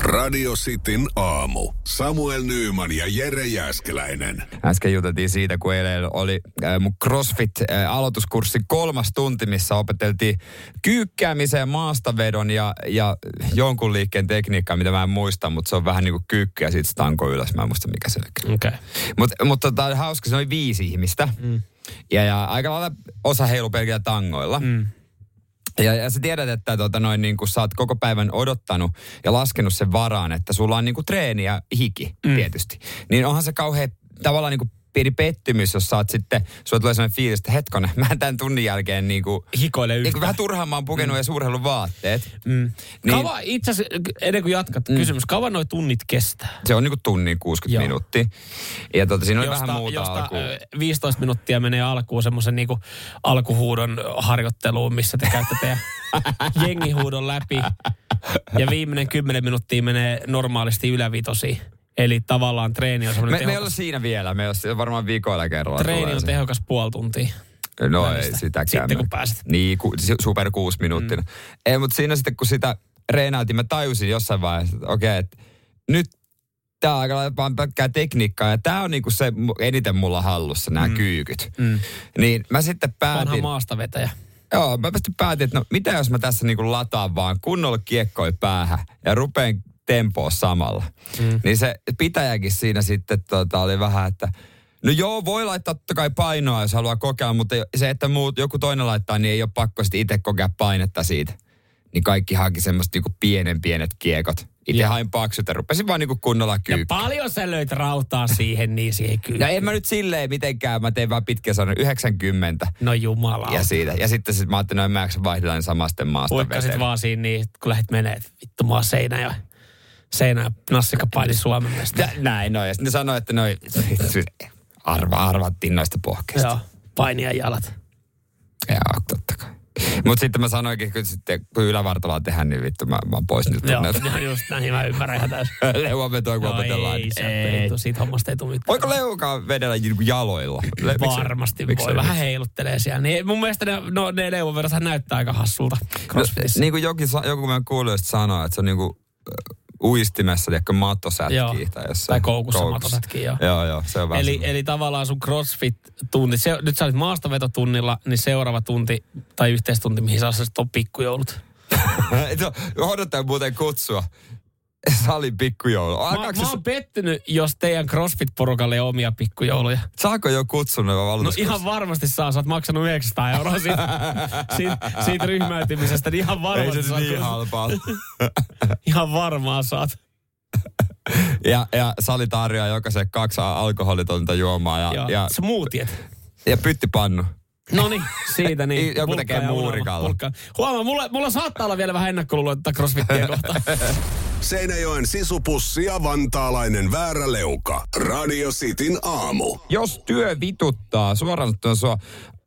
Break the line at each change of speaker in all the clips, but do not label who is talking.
Radio Cityn aamu. Samuel Nyyman ja Jere Jäskeläinen.
Äsken juteltiin siitä, kun eilen oli äh, mun CrossFit-aloituskurssi kolmas tunti, missä opeteltiin kyykkäämiseen, maastavedon ja, ja jonkun liikkeen tekniikkaa, mitä mä en muista, mutta se on vähän niin kuin kyykky ja sitten stanko ylös. Mä en muista, mikä se oli.
Okei.
Mutta mut, tota, hauska, se oli viisi ihmistä. Mm. Ja, ja aika lailla osa heilu pelkillä tangoilla. Mm. Ja, ja sä tiedät, että tota, noin, niin kun sä oot koko päivän odottanut ja laskenut sen varaan, että sulla on niin kun, treeni ja hiki mm. tietysti. Niin onhan se kauhean tavallaan niin kun, pieni pettymys, jos sä oot sitten, sulla tulee sellainen fiilis, että hetkonen, mä en tämän tunnin jälkeen niin kuin,
Hikoile
niin
yhtään.
kuin vähän turhaan mä oon pukenut mm. ja suurhellut vaatteet.
Mm.
Niin-
Niin. Kava, itse asiassa, ennen kuin jatkat, mm. kysymys, kauan noi tunnit kestää?
Se on niin kuin tunnin 60
Joo.
minuuttia. Ja tota, siinä oli vähän muuta alkuun.
ö, 15 minuuttia menee alkuun semmoisen niinku alkuhuudon harjoitteluun, missä te käytte teidän jengihuudon läpi. Ja viimeinen 10 minuuttia menee normaalisti ylävitosiin. Eli tavallaan treeni on semmoinen
Me, me ei olla
tehokas,
siinä vielä, me ei olla siinä- varmaan viikoilla kerralla.
treeni
tulee
on
se.
tehokas puoli tuntia.
No ei
välistä.
sitäkään.
Sitten kun pääset.
Niin, ku, si- super kuusi minuuttina. Mm. Ei, mutta siinä sitten kun sitä reenailtiin, mä tajusin jossain vaiheessa, että okei, että nyt tää on aika lailla vaan pelkkää tekniikkaa. Ja tää on niinku se mu- eniten mulla hallussa, nämä mm. kyykyt. Mm. Niin mä sitten
Vanha
päätin,
maastavetäjä.
joo, mä sitten päätin, että no mitä jos mä tässä niinku lataan vaan kunnolla kiekkoi päähän ja rupeen tempoa samalla. Mm. Niin se pitäjäkin siinä sitten tota, oli vähän, että No joo, voi laittaa totta kai painoa, jos haluaa kokea, mutta se, että muut, joku toinen laittaa, niin ei ole pakko sitten itse kokea painetta siitä. Niin kaikki haki semmoiset niinku pienen pienet kiekot. Itse hain paksut ja rupesin vaan niinku kunnolla
Ja
kyykkyä.
paljon sä löit rautaa siihen, niin siihen kyllä.
No en mä nyt silleen mitenkään, mä tein vaan pitkä sanon 90
No jumala.
ja siitä. Ja sitten sit mä ajattelin, että mä jaksa vaihdella niin samasten maasta
Uikkasit
veteen.
vaan siinä niin, että kun lähdit menee, että vittu mä oon seinä ja seinä ja nassikka paini Suomen
Ja,
mesta.
näin, no. Ja sitten ne sanoi, että noi, arva, arvattiin noista pohkeista.
Joo, paini ja jalat.
Joo, totta kai. Mutta sitten mä sanoinkin, kun, sitten, kun ylävartaloa tehdään, niin vittu, mä, mä oon pois nyt
Joo,
tunnelta.
no just näin, mä ymmärrän ihan täysin.
Leuavetoa, kun
No
opetellaan.
ei,
niin
se ei. siitä hommasta ei tule mitään.
Voiko leukaa vedellä niinku jaloilla? Le- miksi-
Varmasti
miksi-
voi,
miksi-
vähän heiluttelee siellä. Niin, mun mielestä ne, no, ne leuvaverothan näyttää aika hassulta crossfitissä.
Niin kuin jokin, sa- joku meidän kuulijoista sanoo, että se on niinku äh, uistimessa, tiedätkö,
Joo.
mattosätkiä tai jossain.
Tai koukussa matosätkiä, joo.
Joo, joo, se on vähän
Eli,
semmoinen.
eli tavallaan sun crossfit-tunti, se, nyt sä olit maastavetotunnilla, niin seuraava tunti tai yhteistunti, mihin sä osasit on pikkujoulut.
no, odottaen muuten kutsua. Salin pikkujoulu.
Mä, mä
Alkaako se-
oon pettynyt, jos teidän CrossFit-porukalle ei ole omia pikkujouluja.
Saako jo kutsun vai
No
valituskutsun?
ihan varmasti saa, sä oot maksanut 900 euroa siitä, siitä, siitä ryhmäytymisestä, niin ihan
Ei se
varmasti
nyt
saat.
niin halpaa.
Ihan varmaan saat.
ja, ja sali tarjoaa jokaiselle kaksi alkoholitonta juomaa ja,
Ja,
ja,
ja
ja,
smoothiet.
ja pyttipannu.
No niin, siitä niin.
Joku
Pulkka
tekee
ja unelma,
muurikalla.
pulkka. Huomaa, mulla, mulla saattaa olla vielä vähän ennakkoluuloja tätä crossfittiä kohtaan.
Seinäjoen sisupussi ja vantaalainen vääräleuka. Radio Cityn aamu.
Jos työ vituttaa suoraan sanottuna sua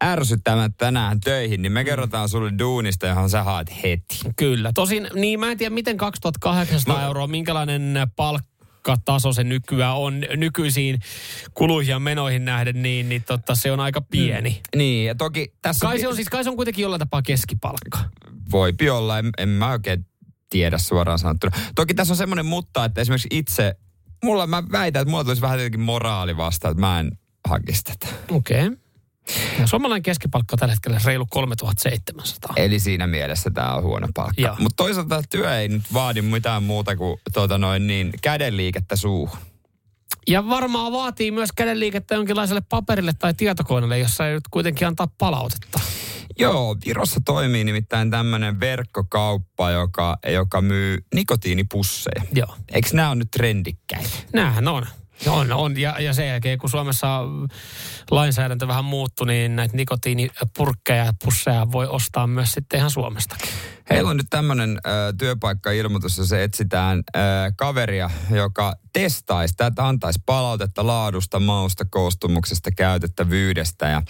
ärsyttämään tänään töihin, niin me kerrotaan sulle duunista, johon sä haet heti.
Kyllä, tosin niin mä en tiedä miten
No-
2800 euroa, minkälainen palkkataso se nykyään on nykyisiin kuluihin ja menoihin nähden, niin, niin totta, se on aika pieni.
Niin, ja toki tässä
Kai se on siis, kai se on kuitenkin jollain tapaa keskipalkka.
voipi olla, en, en mä oikein tiedä suoraan sanottuna. Toki tässä on semmoinen mutta, että esimerkiksi itse, mulla mä väitän, että mulla tulisi vähän jotenkin moraali vastaan, että mä en hakisi tätä.
Okei. Okay. Suomalainen keskipalkka on tällä hetkellä reilu 3700.
Eli siinä mielessä tämä on huono palkka.
Joo.
Mutta toisaalta tää työ ei nyt vaadi mitään muuta kuin tuota noin, niin, kädenliikettä suuhun.
Ja varmaan vaatii myös kädenliikettä jonkinlaiselle paperille tai tietokoneelle, jossa ei nyt kuitenkin antaa palautetta.
Joo, Virossa toimii nimittäin tämmöinen verkkokauppa, joka, joka myy nikotiinipusseja.
Joo.
Eikö nämä on nyt trendikkäitä?
Nämähän on. On, on. Ja, ja sen jälkeen, kun Suomessa lainsäädäntö vähän muuttui, niin näitä nikotiinipurkkeja ja pusseja voi ostaa myös sitten ihan Suomestakin.
Heillä on nyt tämmöinen ö, työpaikkailmoitus, jossa etsitään ö, kaveria, joka testaisi tätä, antaisi palautetta laadusta, mausta, koostumuksesta, käytettävyydestä ja,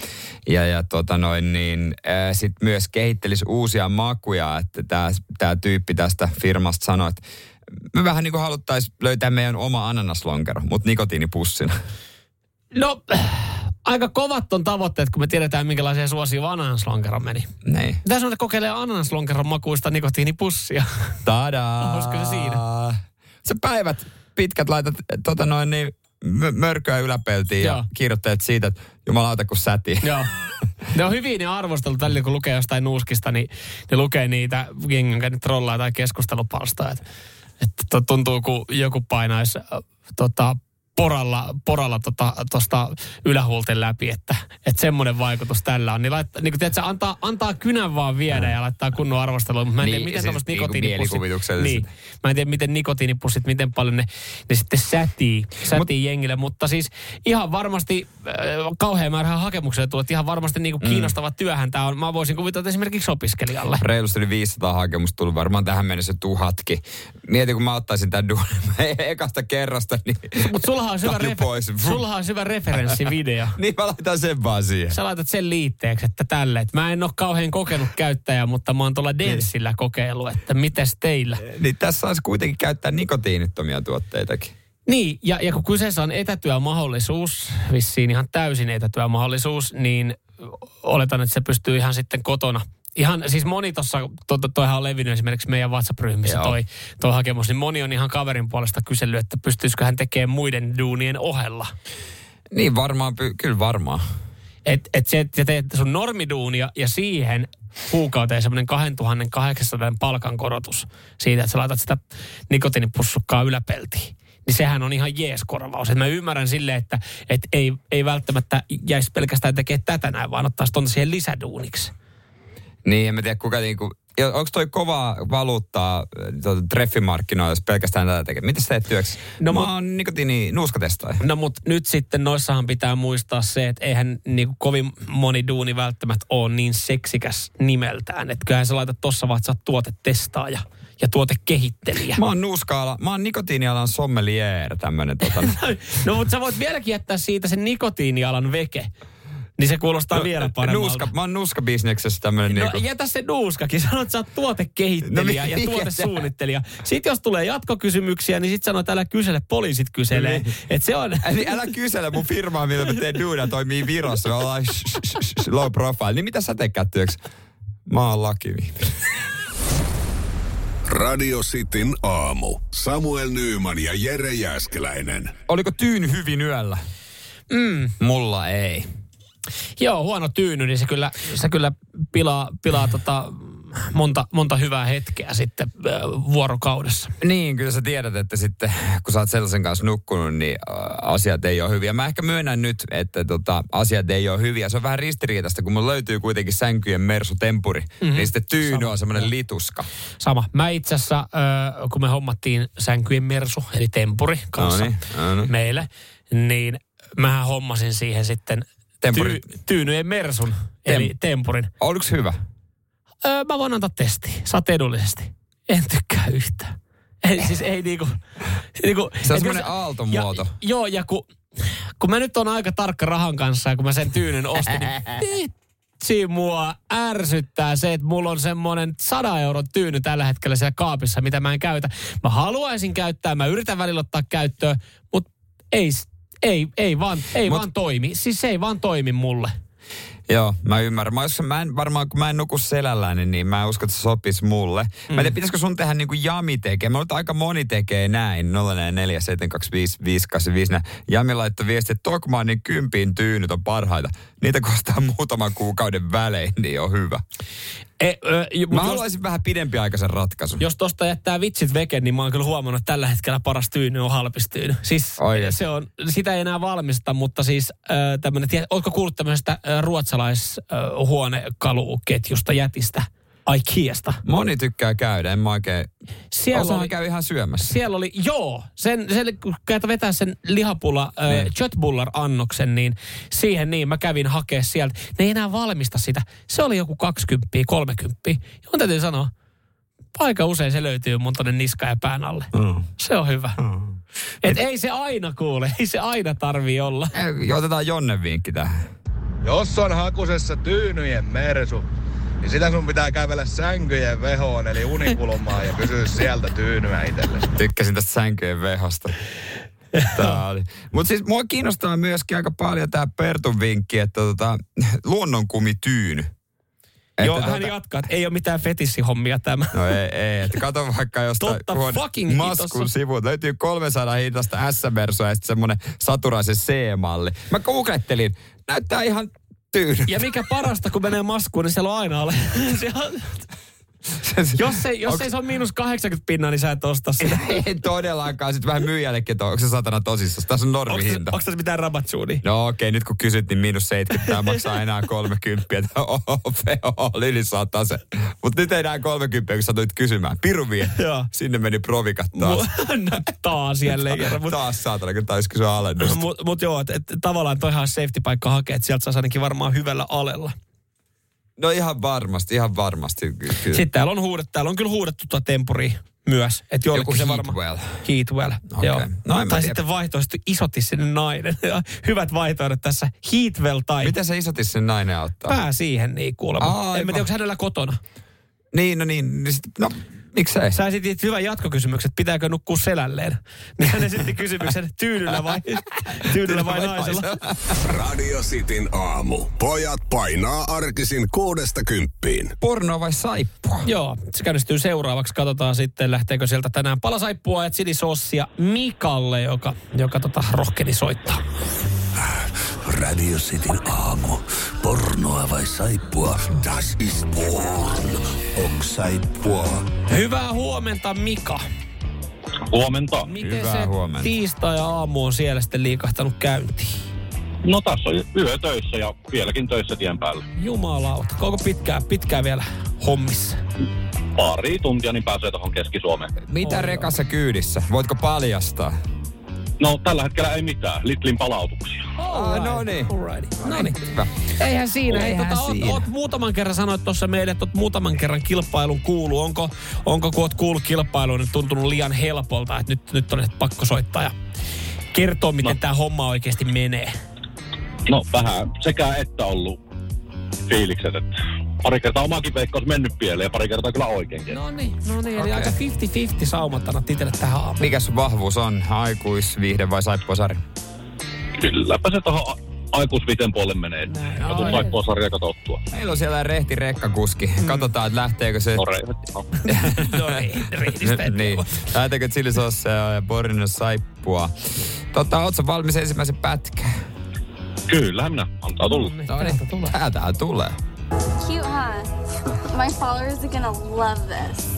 ja, ja tota noin, niin, sitten myös kehittelisi uusia makuja, että tämä tyyppi tästä firmasta sanoi, että me vähän niin kuin haluttaisiin löytää meidän oma ananaslonkero, mutta nikotiinipussina.
No, aika kovat on tavoitteet, kun me tiedetään, minkälaisia suosia vanhanslonkero meni.
Niin.
Pitäisi ruveta kokeilemaan ananaslonkeron makuista nikotiinipussia.
Tadaa!
Olisiko se siinä?
sä päivät pitkät laitat tota noin niin mö- mörköä yläpeltiin ja
Joo.
kirjoittelet siitä, että jumalauta kun säti.
Joo. Ne on hyvin ne arvostelut välillä, kun lukee jostain nuuskista, niin ne lukee niitä jengen, jotka nyt trollaa tai keskustelupalstaa. Että et, to- tuntuu, kun joku painaisi äh, tota, poralla, poralla tota, tosta ylähuulten läpi, että et semmoinen vaikutus tällä on. Niin, laittaa, niin kun, tiedätkö, antaa, antaa kynän vaan viedä ja laittaa kunnon arvostelua, mutta mä en
Niin,
tiedä, miten
siis
siis,
niinku
nikotiinipussit...
mielikuvitukselliset.
Niin, mä en tiedä, miten nikotiinipussit, miten paljon ne, ne sitten sätii, sätii Mut, jengille. Mutta siis ihan varmasti äh, kauhean määrä hakemuksia tulee, että ihan varmasti niinku
Mm.
kiinnostava työhän tämä on. Mä voisin kuvitella, että esimerkiksi opiskelijalle.
Reilusti yli 500 hakemusta tullut varmaan tähän mennessä tuhatkin. Mietin, kun mä ottaisin tämän duunin ekasta kerrasta, niin...
Mutta sullahan on syvä,
Taju pois.
refer- sullahan on syvä referenssivideo.
Niin mä laitan sen vaan siihen.
Sä laitat sen liitteeksi, että tälle. Että mä en ole kauhean kokenut käyttäjää, mutta mä oon tuolla Densillä kokeillut, että mites teillä.
Niin tässä saisi kuitenkin käyttää nikotiinittomia tuotteitakin.
Niin, ja, ja kun kyseessä on etätyömahdollisuus, vissiin ihan täysin etätyömahdollisuus, niin oletan, että se pystyy ihan sitten kotona. Ihan, siis moni tuossa, to, to, toihan on levinnyt esimerkiksi meidän WhatsApp-ryhmissä
Joo.
toi, toi hakemus, niin moni on ihan kaverin puolesta kysellyt, että pystyisikö hän tekemään muiden duunien ohella.
Niin varmaan, py- kyllä varmaan.
Et, et se, että teet sun normiduunia ja siihen kuukauteen semmoinen 2800 palkankorotus siitä, että sä laitat sitä nikotiinipussukkaa yläpeltiin. Niin sehän on ihan jees korvaus. Et mä ymmärrän sille, että et ei, ei välttämättä jäisi pelkästään tekemään tätä näin, vaan ottaisi ton siihen lisäduuniksi.
Niin, en mä tiedä kuka niinku... Onko toi kovaa valuuttaa äh, tuota, treffimarkkinoilla, jos pelkästään tätä tekee? Mitä sä teet työksi? No,
No
mä
mut-
oon nikotiini nuuskatestaaja.
No mutta nyt sitten noissahan pitää muistaa se, että eihän niinku kovin moni duuni välttämättä ole niin seksikäs nimeltään. Että kyllähän sä laitat tossa vaan, että sä oot tuotetestaaja ja tuotekehittelijä.
Mä oon nuuskaala, mä oon nikotiinialan sommelier, tämmönen tota.
No mutta sä voit vieläkin jättää siitä sen nikotiinialan veke. Niin se kuulostaa no, vielä paremmalta.
Nuuska, mä oon nuuskabisneksessä tämmönen
No
niinku...
jätä se nuuskakin. Sano, että sä oot tuotekehittelijä
No,
ja
mikä
tuotesuunnittelija. Sitten jos tulee jatkokysymyksiä, niin sit sano, että älä kysele, poliisit kyselee.
Niin.
Et se on...
Eli älä kysele mun firmaa, millä mä teen duunia, toimii Virossa. Me ollaan sh- sh- sh- sh- low profile. Niin mitä sä teet työksi? Mä oon lakimies.
Radio Cityn aamu. Samuel Nyyman ja Jere Jäskeläinen.
Oliko tyyn hyvin yöllä? Mm. Mulla ei.
Joo, huono tyyny, niin se kyllä, se kyllä pilaa, pilaa tota monta, monta hyvää hetkeä sitten äh, vuorokaudessa.
Niin, kyllä sä tiedät, että sitten kun sä oot sellaisen kanssa nukkunut, niin äh, asiat ei ole hyviä. Mä ehkä myönnän nyt, että tota, asiat ei ole hyviä. Se on vähän ristiriitasta, kun mulla löytyy kuitenkin sänkyjen mersutempuri.
Mhm.
Mm-hmm. Niin sitten tyyny on semmoinen lituska.
Sama. Mä itse asiassa, äh, kun me hommattiin sänkyjen mersu, eli tempuri kanssa
Noniin, noniin.
meille, niin mähän hommasin siihen sitten
Tempurin.
Tyy, tyynyjen mersun, eli tempurin.
Oliko hyvä?
Öö, mä voin antaa testi. Saat edullisesti. En tykkää yhtään. En, siis ei niinku... niinku
Se on
et
semmoinen
jos-
aaltomuoto.
Ja, joo, ja kun, kun mä nyt on aika tarkka rahan kanssa ja kun mä sen tyynyn ostin, niin vitsi mua ärsyttää se, että mulla on semmoinen 100 euron tyyny tällä hetkellä siellä kaapissa, mitä mä en käytä. Mä haluaisin käyttää, mä yritän välillä ottaa käyttöön, mutta ei, s- ei, ei, vaan, ei
Mut-
vaan toimi. Siis se ei vaan toimi mulle.
Joo, mä ymmärrän. Mä, jos, mä en, varmaan, kun mä en nuku selälläni, niin mä en usko, että se sopisi mulle. Mm. Mä en tiedä, pitäisikö sun tehdä niin kuin Jami tekee. Mä luulen, että aika moni tekee näin. 0447255855. Nää Jami laittoi viesti, että Tokmanin kympiin tyynyt on parhaita. Niitä kostaa muutaman kuukauden välein, niin on hyvä.
E, ö, ju- mut
Mä
jos-
haluaisin vähän pidempiaikaisen ratkaisun.
jos tosta jättää vitsit veken, niin mä oon kyllä huomannut, että tällä hetkellä paras tyyny on halpistyyny. Siis
Oikeesti?
se on, sitä ei enää valmista, mutta siis äh, tämmönen, tiedä, ootko kuullut tämmöisestä äh, ruotsalaishuonekaluketjusta jätistä? Ikeasta.
Moni tykkää käydä, en mä oikein...
Siellä
Osahan
oli,
käy ihan syömässä.
siellä oli, joo, sen, sen kun käytä vetää sen lihapulla äh, chötbullar annoksen, niin siihen niin mä kävin hakea sieltä. Ne ei enää valmista sitä. Se oli joku 20, 30. Ja mun täytyy sanoa, aika usein se löytyy mun tonne niska ja pään alle.
Mm.
Se on hyvä. Et ei se aina kuule, ei se aina tarvi olla.
Eh, Otetaan Jonne vinkki tähän.
Jos on hakusessa tyynyjen mersu, niin sitä sun pitää kävellä sänkyjen vehoon, eli unikulmaan, ja kysyä sieltä tyynyä itsellesi.
Tykkäsin tästä sänkyjen vehosta. Tää oli. Mut siis mua kiinnostaa myöskin aika paljon tää Pertun vinkki, että tota, luonnonkumityyny. Että
Joo, hän
tota-
jatkaa, että ei ole mitään fetissihommia tämä.
No ei, ei. Että kato vaikka jostain
Totta
huone-
fucking
maskun
kiitos.
sivu. Löytyy 300 hintasta S-versua ja sitten semmoinen saturaisen C-malli. Mä googlettelin. Näyttää ihan tyynä.
Ja mikä parasta, kun menee maskuun, niin siellä on aina alle. Siellä on- jos ei, jos ei se ole miinus 80 pinnaa, niin sä et osta sitä.
ei todellakaan. Sitten vähän myyjällekin, että onko se satana tosissaan. Tässä on
Onko
normihinta.
tässä mitään rabatsuunia?
No okei, nyt kun kysyt, niin miinus 70, tämä maksaa enää 30. Tämä on yli sata se. Mutta nyt ei enää 30, kun sä tulit kysymään. Piru vie.
Joo.
Sinne meni provikat taas.
Mu- no, taas jälleen kerran. Mutta
Taas saatana, kun taisi kysyä alennusta.
mut, mut joo, että et, tavallaan toihan on safety-paikka hakea, että sieltä saa ainakin varmaan hyvällä alella.
No ihan varmasti, ihan varmasti. Ky- ky-
Sitten täällä on, huudet, täällä on kyllä huudettu tuota tempuri myös. Että jollekin
Joku
se
Heatwell.
varmaan... Heatwell.
Okei.
Joo.
No en mä
tai
tiedä.
sitten vaihtoehto isotissinen nainen. Hyvät vaihtoehdot tässä. Heatwell tai
Mitä se isotis sen nainen auttaa?
pää siihen niin kuulemma.
Aivan.
En mä tiedä, onko hänellä kotona.
Niin, no niin. niin Sit, no, miksei?
Sä esitit hyvän jatkokysymyksen, että pitääkö nukkua selälleen. Niin hän esitti kysymyksen tyydyllä vai, tyydyllä vai naisella.
Radio Cityn aamu. Pojat painaa arkisin kuudesta kymppiin.
Porno vai saippua?
Joo, se käynnistyy seuraavaksi. Katsotaan sitten, lähteekö sieltä tänään palasaippua ja chilisossia Mikalle, joka, joka tota, rohkeni soittaa.
Radio Cityn aamu. Pornoa vai saippua? Das is porn. Onko saippua?
Hyvää huomenta, Mika.
Huomenta.
Miten
Hyvää
se
huomenta.
tiistai-aamu on siellä sitten liikahtanut käyntiin?
No tässä on yö töissä ja vieläkin töissä tien päällä.
Jumalauta, onko pitkään, pitkään vielä hommissa?
Pari tuntia niin pääsee tuohon Keski-Suomeen.
Mitä
Oi,
rekassa kyydissä? Voitko paljastaa?
No tällä hetkellä ei mitään. Litlin palautuksia.
Ah, no niin.
Alrighty. No niin.
Hyvä.
Eihän siinä. Ei,
Eihän
tota, oot,
siinä.
oot, muutaman kerran sanoit tuossa meille, että oot muutaman kerran kilpailun kuulu. Onko, onko kun oot kuullut kilpailuun, niin tuntunut liian helpolta, että nyt, nyt on pakko soittaa ja kertoa, miten no. tämä homma oikeasti menee.
No vähän sekä että ollut fiilikset, että pari kertaa omakin veikkaus mennyt pieleen ja pari kertaa kyllä oikeinkin. No.
No niin, no niin. Eli
Okei.
aika 50-50 saumat annat itselle tähän aamuun.
Mikä sun vahvuus on? Aikuisviihde vai saippuasarja?
Kylläpä se tuohon a- aikuisviiteen puolelle menee.
Näin,
Joku
aivan.
saippua sarja katsottua.
Meillä on siellä rehti rekkakuski. Katsotaan, että lähteekö se...
No, re- no.
No niin, rehdistä ei
niin.
tule.
Lähteekö chilisosseja ja porno saippua? Tota, ootko valmis ensimmäisen pätkään?
Kyllähän minä. Antaa tulla.
No niin,
No
täältä
niin,
tulee.
täältä tulee.
Cute, huh? My followers are gonna love this.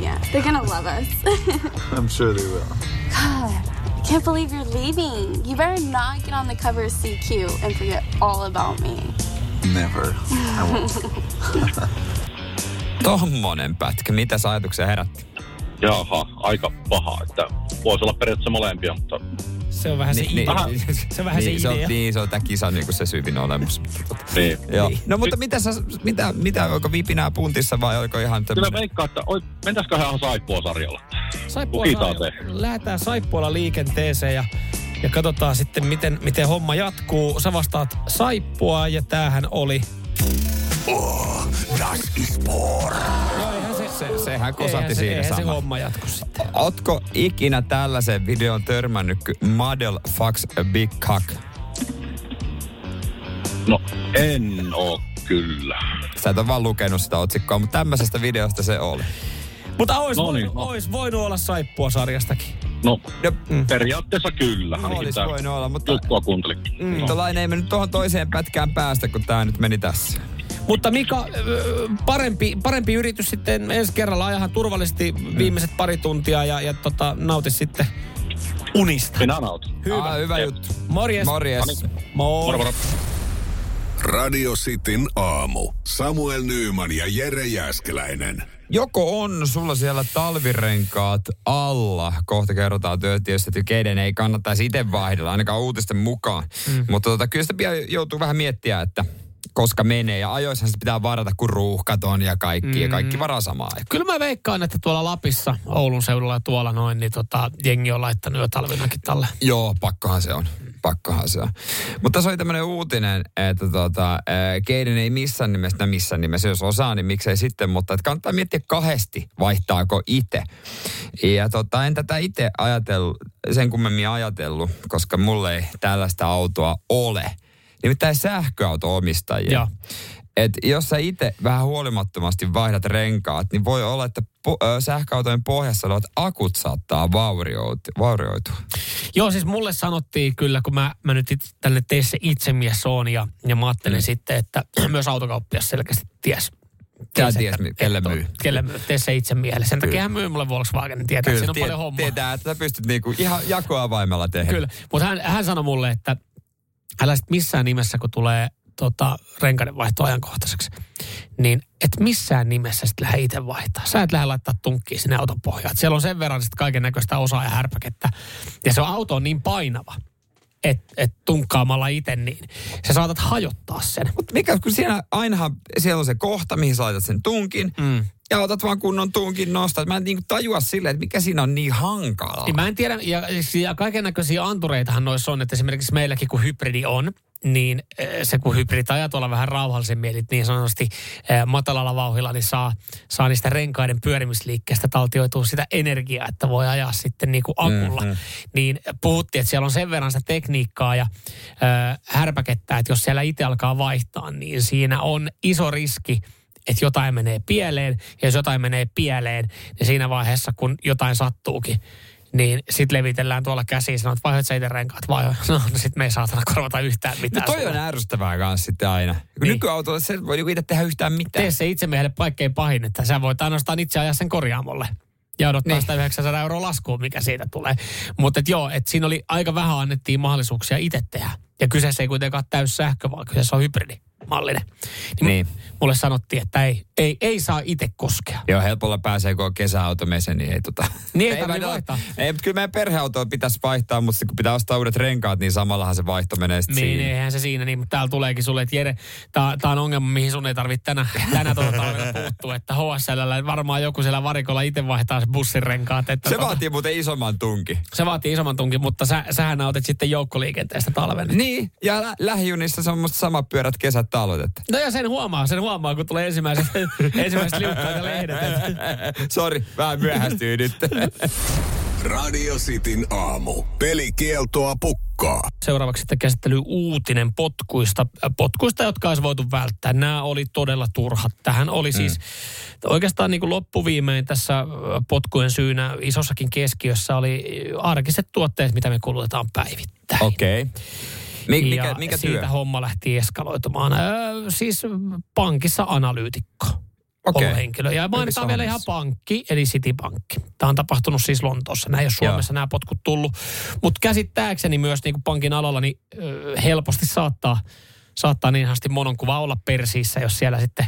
Yeah, they're gonna love us.
I'm sure they will.
God, I can't believe you're leaving. You better not get on the cover of CQ and forget all about me.
Never.
Tommonen pätkä. Mitä sä ajatuksia herätti?
Jaha, aika paha. Että voisi olla periaatteessa molempia, mutta
Se on vähän se idea. Se on vähän se
niin, se on,
idea.
niin, se on tää kisa niin se syvin olemus.
niin.
Joo. No mutta mitä sä, mitä, mitä, oliko vipinää puntissa vai oliko ihan
Kyllä
tämmönen?
veikkaa, että oi, mentäisikö ihan saippua sarjalla?
Saippualla,
Lukitaan
saa- lähdetään Saippualla liikenteeseen ja, ja katsotaan sitten, miten, miten homma jatkuu. Sä vastaat Saippua ja tämähän oli... Oh, das is
Se, sehän
Eihän
kosahti
se,
siinä
eihän se
sama.
homma jatku sitten.
Ootko ikinä tällaiseen videoon törmännyt kuin Model Fucks a Big Cock?
No en oo kyllä.
Sä et ole vaan lukenut sitä otsikkoa, mutta tämmöisestä videosta se oli.
Mutta ois,
No
no
niin,
voinut,
no.
ois voinut olla Saippua sarjastakin.
No
No,
periaatteessa kyllä.
No,
ainakin
olis
tää
voinut olla, mutta-
Juttua kuuntelin. Mm. No.
Tuollainen ei mennyt tuohon toiseen pätkään päästä, kun tää nyt meni tässä.
Mutta Mika, öö, parempi, parempi yritys sitten ensi kerralla. Ajahan turvallisesti viimeiset pari tuntia ja, ja tota, nauti sitten unista.
Minä nautin.
Hyvä, ah, hyvä juttu.
Morjes.
Morjes.
Moro, moro.
Radio Cityn aamu. Samuel Nyyman ja Jere Jäskeläinen.
Joko on sulla siellä talvirenkaat alla, kohta kerrotaan työtiöstä, että keiden ei kannattaisi itse vaihdella, ainakaan uutisten mukaan. Mm. Mutta tota, kyllä sitä pian joutuu vähän miettiä, että koska menee. Ja ajoissahan sitä pitää varata, kun ruuhkat on ja kaikki, mm. ja kaikki varaa samaan aikaan.
Kyllä mä veikkaan, että tuolla Lapissa, Oulun seudulla ja tuolla noin, niin tota, jengi on laittanut jo talvenakin talle.
Joo, pakkohan se on. Pakkohan se on. Mutta tässä oli tämmöinen uutinen, että tota, eh, keiden ei missään nimessä, no missään nimessä, jos osaa, niin miksei sitten, mutta että kannattaa miettiä kahdesti, vaihtaako itse. Ja tota, en tätä itse ajatellut, sen kummemmin ajatellut, koska mulle ei tällaista autoa ole. Nimittäin sähköauto-omistajia.
Joo.
että jos sä itse vähän huolimattomasti vaihdat renkaat, niin voi olla, että po- ö, sähköautojen pohjassa olevat akut saattaa vaurioitu- vaurioitua.
Joo, siis mulle sanottiin kyllä, kun mä, mä nyt itse, tänne teissä itsemies oon ja, ja mä
Mm.
ajattelen sitten, että myös autokauppias selkeästi ties.
Sä
että-
ties, mi- kelle
että-
myy.
Kelle myy, tee se itse miehelle. Sen takia hän myy mulle Volkswagenin, tietää, että siinä on
tie-
paljon hommaa.
tietää, että sä pystyt niinku ihan jakoavaimella tehdä.
Kyllä, mutta hän, hän sanoi mulle, että älä sit missään nimessä, kun tulee tota, renkaiden vaihto ajankohtaiseksi, niin et missään nimessä sit lähde itse vaihtaa. Sä et lähde laittaa tunkkiin sinne auton pohjaan. Et siellä on sen verran sit kaiken näköistä osaa ja härpäkettä. Ja se auto on niin painava, että et tunkkaamalla itse, niin sä saatat hajottaa sen.
Mutta mikä, kun siinä ainahan, siellä on se kohta, mihin sä laitat sen tunkin, mm. ja otat vaan kunnon tunkin nostat. Mä en niinku tajua silleen, että mikä siinä on niin hankalaa.
Niin mä en tiedä, ja, ja kaiken näköisiä antureitahan noissa on, että esimerkiksi meilläkin kun hybridi on, niin eh, se kun hybridit ajat olla vähän rauhallisemmin, eli niin sanotusti eh, matalalla vauhilla, niin saa, saa niistä renkaiden pyörimisliikkeestä taltioitua sitä energiaa, että voi ajaa sitten niin kuin akulla. Mm-hmm. Niin puhuttiin, että siellä on sen verran sitä tekniikkaa ja äh, härpäkettä, että jos siellä itse alkaa vaihtaa, niin siinä on iso riski, että jotain menee pieleen, ja jos jotain menee pieleen, niin siinä vaiheessa, kun jotain sattuukin, niin sit levitellään tuolla käsiin, sanotaan, että vaihdat sä itse renkaat, vai no, no sit me ei saatana korvata yhtään
No
mitään.
toi on
sulle.
ärsyttävää kanssa sitten aina. Kun
Niin.
niin. nykyautolla se voi niinku itse tehdä yhtään mitään.
Tee se itse meille kaikkein pahin, että sä voit ainoastaan itse ajaa sen korjaamolle. Ja odottaa niin.
Niin.
sitä 900 euroa laskua, mikä siitä tulee. Mutta joo, että siinä oli aika vähän annettiin mahdollisuuksia itse tehdä. Ja kyseessä ei kuitenkaan ole täys sähkö, vaan kyseessä on hybridimallinen. Niin. niin.
Niin.
Mulle sanottiin, että ei, ei, ei saa itse koskea.
Joo, helpolla pääsee, kun on kesäautomese, niin ei tota...
Niin, ei
mä
tarvitse
noin-
vaihtaa.
Ei, mutta kyllä meidän perheautoa pitäisi vaihtaa, mutta sitten kun pitää ostaa uudet renkaat, niin samallahan se vaihto menee sitten
Niin,
siinä.
eihän se siinä niin, mutta täällä tuleekin sulle, että Jere, tää, tää on ongelma, mihin sun ei tarvitse tänä, tänä tuolla talvella puuttua, että HSL varmaan joku siellä varikolla itse vaihtaa se bussin renkaat. Että
Se
tota-
vaatii muuten isomman tunkin.
se vaatii isomman tunkin, mutta sä, sähän autet sitten joukkoliikenteestä talvella.
Niin, ja lä- lähijunissa se on musta samat pyörät kesät talvet. että-
No ja sen huomaa, sen huomaa, kun tulee ensimmäiset, ensimmäiset liukkaat ja lehdet. että-
Sori, vähän myöhästyy nyt.
Radio Cityn aamu. Pelikieltoa pukkaa.
Seuraavaksi sitten käsittely uutinen potkuista, äh, potkuista, jotka olisi voitu välttää. Nämä oli todella turhat. Tähän oli siis oikeastaan niin kuin loppuviimein tässä äh, potkujen syynä isossakin keskiössä oli äh, arkiset tuotteet, mitä me kulutetaan päivittäin.
Okei. Okay. Mik,
ja
mikä mikä
siitä
työ?
homma lähti eskaloitumaan. Öö, siis pankissa analyytikko.
Okei.
Ollut henkilö. Ja mainitaan
Hyvissä
vielä ihan
hommissa.
pankki, eli Citibankki. Tämä on tapahtunut siis Lontoossa. Nämä ei ole Suomessa nämä potkut tullut. Mutta käsittääkseni myös niin kuin pankin alalla niin, öö, helposti saattaa, saattaa niin hasti mononkuva olla persiissä, jos siellä sitten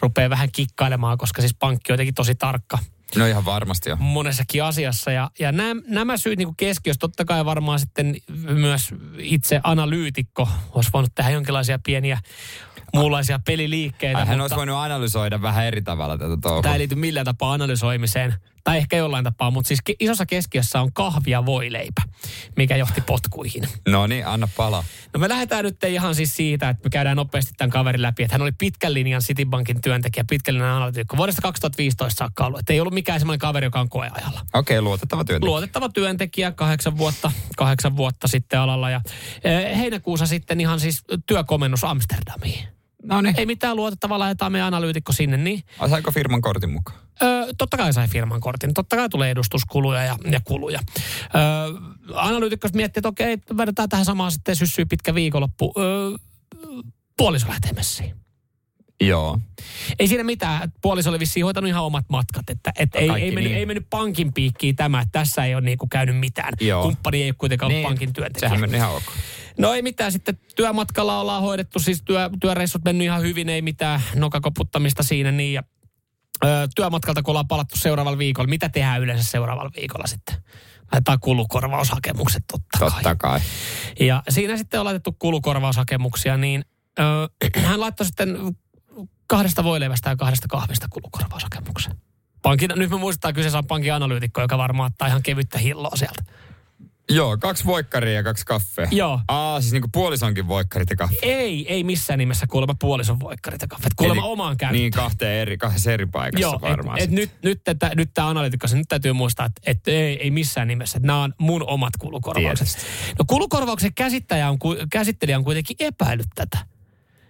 rupeaa vähän kikkailemaan, koska siis pankki on jotenkin tosi tarkka
No ihan varmasti jo.
monessakin asiassa. Ja, ja nämä, nämä syyt niin keskiössä totta kai varmaan sitten myös itse analyytikko olisi voinut tehdä jonkinlaisia pieniä muunlaisia peliliikkeitä.
Hän
mutta
olisi voinut analysoida vähän eri tavalla tätä touhua.
Tämä ei liity millään tapaa analysoimiseen, tai ehkä jollain tapaa, mutta siis ke- isossa keskiössä on kahvia voileipä, mikä johti potkuihin.
No niin, anna palaa.
No me lähdetään nyt ihan siis siitä, että me käydään nopeasti tämän kaverin läpi, että hän oli pitkän linjan Citibankin työntekijä, pitkän linjan analyytikko. Vuodesta 2015 saakka ollut, että ei ollut mikään semmoinen kaveri, joka on koeajalla.
Okei, okay, luotettava työntekijä.
Luotettava työntekijä, kahdeksan vuotta, kahdeksan vuotta sitten alalla. Ja eh, heinäkuussa sitten ihan siis työkomennus Amsterdamiin.
No niin.
Ei mitään luotettavaa, laitetaan meidän analyytikko sinne. Niin,
Saiko firman kortin mukaan?
ö, totta kai sai firman kortin, totta kai tulee edustuskuluja ja, ja kuluja. Ö, analyytikko miettii, että okei, vedetään tähän samaan sitten syssyy pitkä viikonloppu. Ö, puoliso lähtee messiin.
Joo.
Ei siinä mitään. Puoliso oli vissiin hoitanut ihan omat matkat. Että, et
No
ei,
kaikki
ei, mennyt,
niin.
ei mennyt pankin piikkiin tämä, että tässä ei ole niinku käynyt mitään.
Joo. Niin.
Kumppani ei ole kuitenkaan ollut pankin työntekijä.
Sehän meni ihan ok.
No ei mitään, sitten työmatkalla ollaan hoidettu, siis työ, työreissut mennyt ihan hyvin, ei mitään nokakoputtamista siinä niin. Ja, ö, työmatkalta kun ollaan palattu seuraavalla viikolla, mitä tehdään yleensä seuraavalla viikolla sitten? Laitetaan kulukorvaushakemukset totta, kai.
Totta kai.
Ja siinä sitten on laitettu kulukorvaushakemuksia, niin ö, hän laittoi sitten kahdesta voileivästä ja kahdesta kahvista kulukorvaushakemuksen. Pankin, nyt me muistetaan kyseessä on pankin analyytikko, joka varmaan ottaa ihan kevyttä hilloa sieltä.
Joo, kaksi voikkaria ja kaksi kaffea.
Joo.
Aa, siis niinku puolisonkin voikkarit ja kaffea.
Ei, ei missään nimessä kuulemma puolison voikkarit ja kaffet. Kuulemma Eli, omaan käyttöön.
Niin, kahteen eri, kahdessa eri paikassa
Joo,
varmaan.
et, et
sitten.
nyt, nyt, tätä, nyt tämä analytikko, nyt täytyy muistaa, että et ei, ei missään nimessä. Nämä on mun omat kulukorvaukset. No kulukorvauksen käsittäjä on, ku- käsittelijä on kuitenkin epäillyt tätä.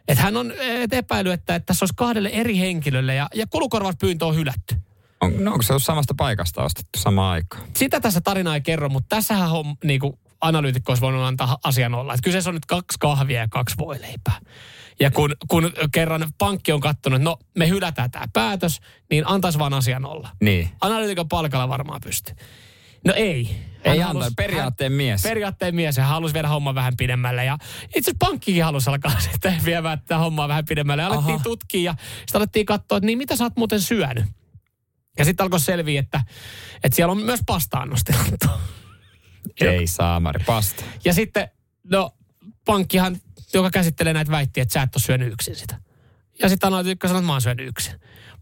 Että hän on et epäily, että, että tässä olisi kahdelle eri henkilölle ja, ja kulukorvauspyyntö on hylätty.
On, no onko se ollut samasta paikasta ostettu samaan aikaan?
Sitä tässä tarina ei kerro, mutta tässähän on niin kuin, analyytikko olisi voinut antaa asian olla. Että kyseessä on nyt kaksi kahvia ja kaksi voileipää. Ja kun, kun kerran pankki on katsonut, että no me hylätään tämä päätös, niin antaisi vaan asian olla.
Niin.
Analyytikon palkalla varmaan pystyy. No ei. Hän
Ei
halusi-
antaa, periaatteen
hän-
mies.
Periaatteen mies ja hän halusi viedä homman vähän pidemmälle. Ja itse asiassa pankkikin halusi alkaa sitten viemään tätä hommaa vähän pidemmälle. Ja alettiin
Aha.
tutkia ja sitten alettiin katsoa, että niin mitä sä oot muuten syönyt. Ja sitten alkoi selviä, että, että siellä on myös pastaannosteltu.
Ei saamari, pasta.
Ja sitten, no pankkihan, joka käsittelee näitä väittiä, että sä et ole syönyt yksin sitä. Ja sitten analyytikko sanoi, että mä oon syönyt yksin.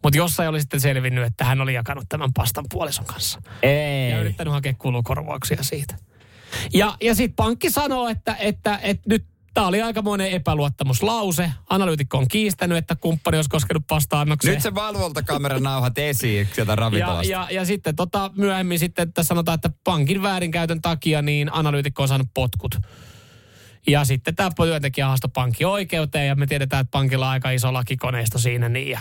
Mutta jossain oli sitten selvinnyt, että hän oli jakanut tämän pastan puolison kanssa.
Ei.
Ja yrittänyt hakea kulukorvauksia siitä. Ja, ja sitten pankki sanoo, että, että, että nyt tämä oli aikamoinen epäluottamuslause. Analyytikko on kiistänyt, että kumppani olisi koskenut pasta-annokseen.
Nyt se valvontakamera nauhat esiin sieltä
Ja,
ravintolasta.
ja, ja sitten tota, myöhemmin sitten tässä sanotaan, että pankin väärinkäytön takia niin analyytikko on saanut potkut. Ja sitten tämä työntekijä haastoi pankki oikeuteen ja me tiedetään, että pankilla on aika iso lakikoneisto siinä niin ja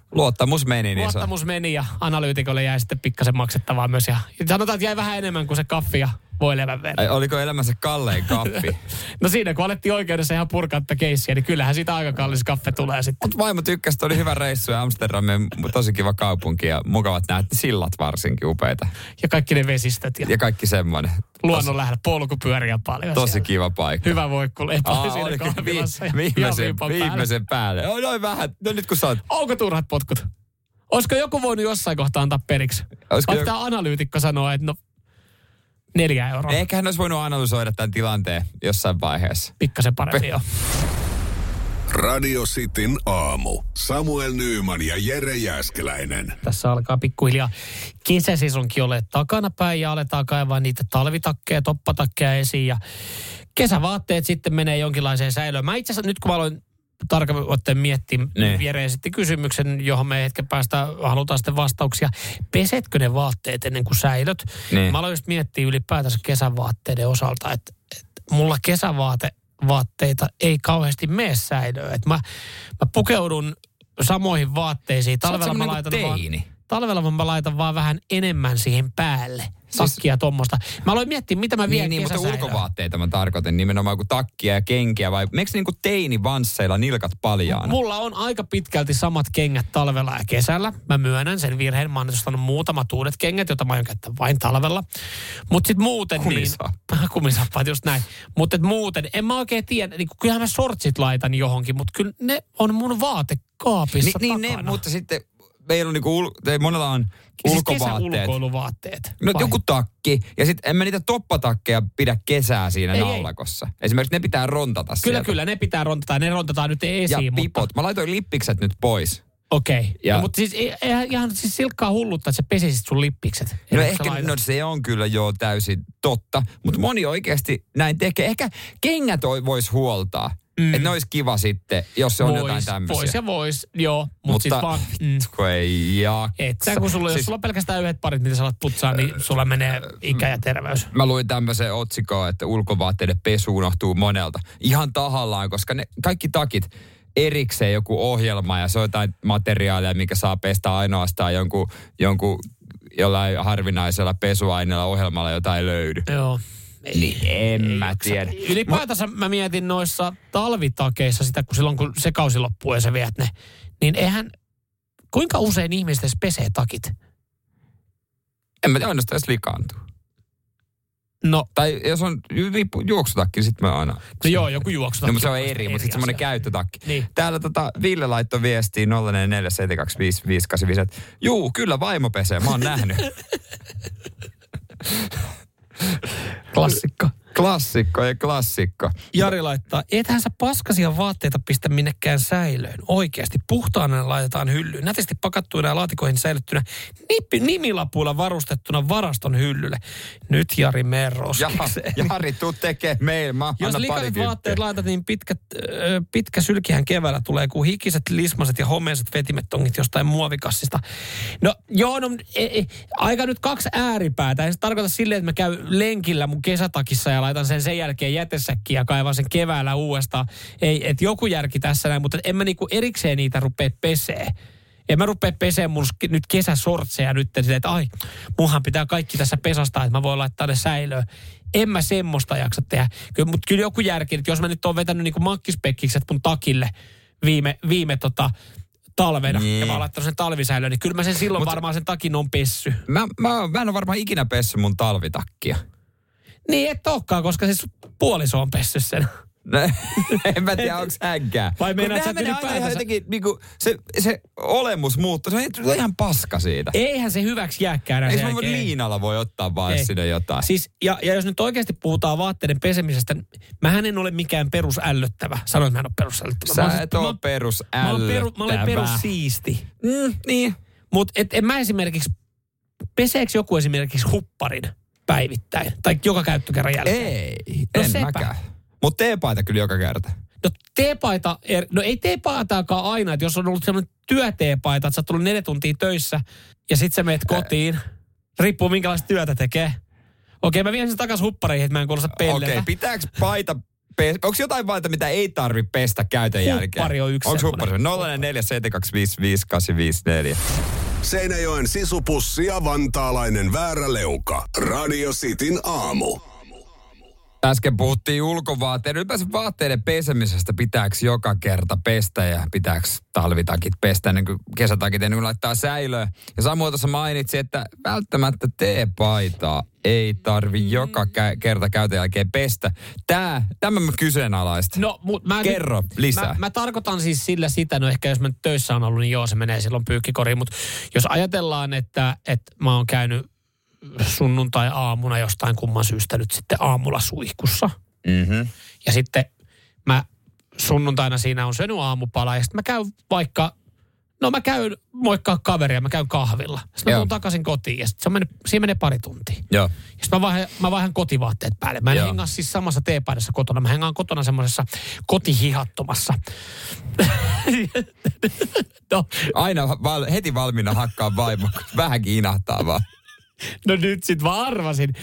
Luottamus meni, niin se on.
Luottamus meni ja analyytikolle jäi sitten pikkasen maksettavaa myös ja ja sanotaan, että jäi vähän enemmän kuin se kaffi ja voi levän verran.
Ai, oliko elämänsä kallein kappi?
No siinä kun alettiin oikeudessa ihan purkaa tätä keissiä, niin kyllähän siitä aika kallis kaffe tulee sitten.
Mut vaimo tykkäsi, että oli hyvä reissu ja Amsterdamiin tosi kiva kaupunki ja mukavat näet sillat varsinkin upeita.
Ja kaikki ne vesistöt ja, ja
Ja kaikki semmoinen.
luonnon lähellä polkupyöriä paljon.
Tosi
siellä.
kiva paikka.
Hyvä voikkuleipä
Aa,
oli siinä
oliko vi-
kahvilassa. ja
viimeisen,
viipan päällä.
viimeisen päälle. No noin vähän. No nyt kun sä oot...
Onko turhat potkut? Olisiko joku voinut jossain kohtaa antaa periksi?
Olisiko
Olisiko
joku-
Vaikka tämä analyytikko sanoo, että no neljä euroa.
Ehkä hän olisi voinut analysoida tämän tilanteen jossain vaiheessa.
Pikkasen parempi joo.
Radio Cityn aamu. Samuel Nyyman ja Jere Jäskeläinen.
Tässä alkaa pikkuhiljaa kesäsesonkin ole takanapäin ja aletaan kaivaa niitä talvitakkeja, toppatakkeja esiin ja kesävaatteet sitten menee jonkinlaiseen säilöön. Mä itse asiassa nyt kun mä aloin tarkemmin otteen miettiä,
Niin.
viereen sitten kysymyksen, johon me hetken päästä halutaan sitten vastauksia. Pesetkö ne vaatteet ennen kuin säilöt?
Niin.
Mä aloin just miettiä ylipäätänsä kesävaatteiden osalta, että, että mulla kesävaate vaatteita ei kauheasti mene säilöön. Et mä, mä pukeudun samoihin vaatteisiin.
Sä oot
Talvella mä
semmonen kuin
laitan vaan,
teini.
talvella mä laitan vaan vähän enemmän siihen päälle. Takkia tuommoista. Mä aloin miettiä, mitä mä vien
Siis- Niin, niin, mutta
kesäsäilöön.
ulkovaatteita mä tarkoitan nimenomaan kuin takkia ja kenkiä vai miksi niinku teini vansseilla nilkat paljaana?
Mulla on aika pitkälti samat kengät talvella ja kesällä. Mä myönnän sen virheen. Mä oon ostanut muutamat uudet kengät, joita mä aion käyttää vain talvella. Mutta sitten muuten niin...
Kumisaappaat.
Kumisaappaat. just näin. Mutta muuten, en mä oikein tiedä. Niin, kyllähän mä sortsit laitan johonkin, mutta kyllä ne on mun vaatekaapissa
Ni, niin
takana.
ne, mutta sitten meillä on niinku, ul, tai monella on
Siis
ulkovaatteet.
kesäulkoiluvaatteet.
No
Vai?
joku takki. Ja sitten en mä niitä toppatakkeja pidä kesää siinä
Ei,
ei,
ei.
naulakossa. Ei. Esimerkiksi ne pitää rontata
Kyllä,
sieltä.
kyllä, ne pitää rontata. Ne rontataan nyt
Ja
esiin. mutta-
pipot. Mä laitoin lippikset nyt pois.
Okei. Okay.
Ja-
No, mutta siis ei- eihän ihan siis silkkaa hullutta, että sä pesisit sun lippikset.
No
Ennen kuin sä
ehkä,
laitat.
no se on kyllä jo täysin totta, mutta moni oikeasti näin tekee. Ehkä kengät oi- vois huoltaa, mm. että ne olisi kiva sitten, jos se on
vois,
jotain tämmöisiä.
Vois ja vois, joo. Mut mutta
mutta
sit vaan, mm,
kun ei jaksa.
et sä, kun sulla, siis, jos sulla on pelkästään yhdet parit, mitä sä alat putsaa, niin
Äh,
sulla menee ikä ja terveys.
Mä luin tämmöisen otsikon, että ulkovaatteiden pesu unohtuu monelta. Ihan tahallaan, koska ne kaikki takit erikseen joku ohjelma ja se on jotain materiaalia, mikä saa pestä ainoastaan jonkun, jonkun jollain harvinaisella pesuaineella ohjelmalla, jota ei löydy.
Joo.
Niin en mä tiedä.
Ylipäätänsä mä mietin noissa talvitakeissa sitä, kun silloin kun se kausi loppuu ja sä viet ne, niin eihän, kuinka usein ihmiset edes pesee takit?
En mä tiedä, ainoastaan jos likaantuu.
No,
Tai jos on ju- riippu- juoksutakki, niin sit mä aina...
no joo, joku juoksutakki.
No, mutta se on eri, mutta sitten semmoinen käyttötakki.
Niin.
Täällä tota, Ville laittoi viestiin 0447255855, että juu, kyllä vaimo pesee, mä oon nähnyt.
Klassikko.
klassikko ja klassikko.
Jari laittaa, ethän sä paskasia vaatteita pistä minnekään säilöön. Oikeasti puhtaana ne laitetaan hyllyyn. Nätisti pakattuina ja laatikoihin säilyttynä nippi, nimilapuilla varustettuna varaston hyllylle. Nyt Jari Merros.
Ja, Jari, tuu tekee meillä. Mä
Jos
annan
likaiset
parikymppiä.
vaatteet laitat, niin pitkä, ö, pitkä sylkihän keväällä tulee, kun hikiset, lismaset ja homeiset vetimet tongit jostain muovikassista. No joo, no e, e, aika nyt kaksi ääripäätä. Ei se tarkoita silleen, että mä käyn lenkillä mun kesätakissa ja laitan sen sen jälkeen jätesäkkiin ja kaivan sen keväällä uudestaan. Ei, et joku järki tässä näin, mutta en mä niinku erikseen niitä rupea pesee. En mä rupea pesee mun sk- nyt kesäsortseja nyt silleen, että ai, munhan pitää kaikki tässä pesasta, että mä voin laittaa ne säilöön. En mä semmoista jaksa tehdä. Kyllä, mutta kyllä joku järki, että jos mä nyt oon vetänyt niinku makkispekkikset mun takille viime, viime tota, talvena
Niin.
niin. ja mä oon laittanut sen talvisäilöön, niin kyllä mä sen silloin Mut, varmaan sen takin on pessy.
Mä, mä, mä en ole varmaan ikinä pessy mun talvitakkia.
Niin et olekaan, koska se sun puoliso on pessyt sen.
No, en mä tiedä, onks hänkään.
Vai
Kun
meinaat
nehän
sä, että
menee aina ihan
ylipäätänsä-
jotenkin, niinku, se, se olemus muuttuu. Se on- tulee ihan paska siitä.
Eihän se hyväksi jääkään enää
Ei
sen
se voi
jälkeen.
liinalla voi ottaa vaan, jos
Ei.
sinne jotain.
Siis, ja, ja jos nyt oikeasti puhutaan vaatteiden pesemisestä, niin mähän en ole mikään perusällöttävä. Sanoin, että mä en ole perusällöttävä. Mä oon
Sä
siis-
et oo
mä-
perus
Mä olen, peru, mä olen
ällöttävä.
perussiisti.
Mm, niin.
Mutta en mä esimerkiksi, peseekö joku esimerkiksi hupparin päivittäin? Tai joka käyttökerran jälkeen?
Ei,
No
en
sepä.
mäkään. Mut teepaita kyllä joka kerta.
No teepaita, er- no ei teepaitaakaan aina, että jos on ollut sellainen työteepaita, että sä oot tullut neljä tuntia töissä ja sit sä meet kotiin, riippuu minkälaista työtä tekee. Okei, mä vien sen takas huppareihin, että mä en kuulosta pelleltä.
Okei, pitääks paita... Pe- Onko jotain paita, mitä ei tarvi pestä käytön
Huppari
jälkeen?
on yksi
Onko
semmoinen.
huppari? 047255854.
Seinäjoen sisupussi ja vantaalainen vääräleuka. Radio Cityn aamu.
Äsken puhuttiin ulkovaatteiden. Ylipäänsä vaatteiden pesemisestä pitääkö joka kerta pestä ja pitääkö talvitakit pestä ennen kuin kesätakit ennen kuin laittaa säilöön. Ja Samuel tuossa mainitsi, että välttämättä teepaitaa ei tarvi joka kä- kerta käytön jälkeen pestä. Tää, tämä mä kyseenalaista.
No, mut mä
Kerro
nyt,
lisää.
Mä, mä tarkoitan siis sillä sitä, no ehkä jos mä nyt töissä on ollut, niin joo, se menee silloin pyykkikoriin. Mutta jos ajatellaan, että, että mä oon käynyt sunnuntai-aamuna jostain kumman syystä nyt sitten aamulla suihkussa.
Mm-hmm.
Ja sitten mä sunnuntaina siinä on syönyt aamupalaa ja sitten mä käyn vaikka, no mä käyn moikkaa kaveria, mä käyn kahvilla. Sitten mä
Joo.
tuun takaisin kotiin ja sitten se on mennyt, siihen menee pari tuntia.
Joo.
Ja sit mä vaihan, mä vaihan kotivaatteet päälle. Mä en
Joo.
hengaa siis samassa teepaidassa kotona. Mä hengaan kotona semmoisessa kotihihattomassa. no,
Aina val- heti valmiina hakkaa vaimo, kun vähän kiinahtaa vaan.
no nyt sit mä arvasin.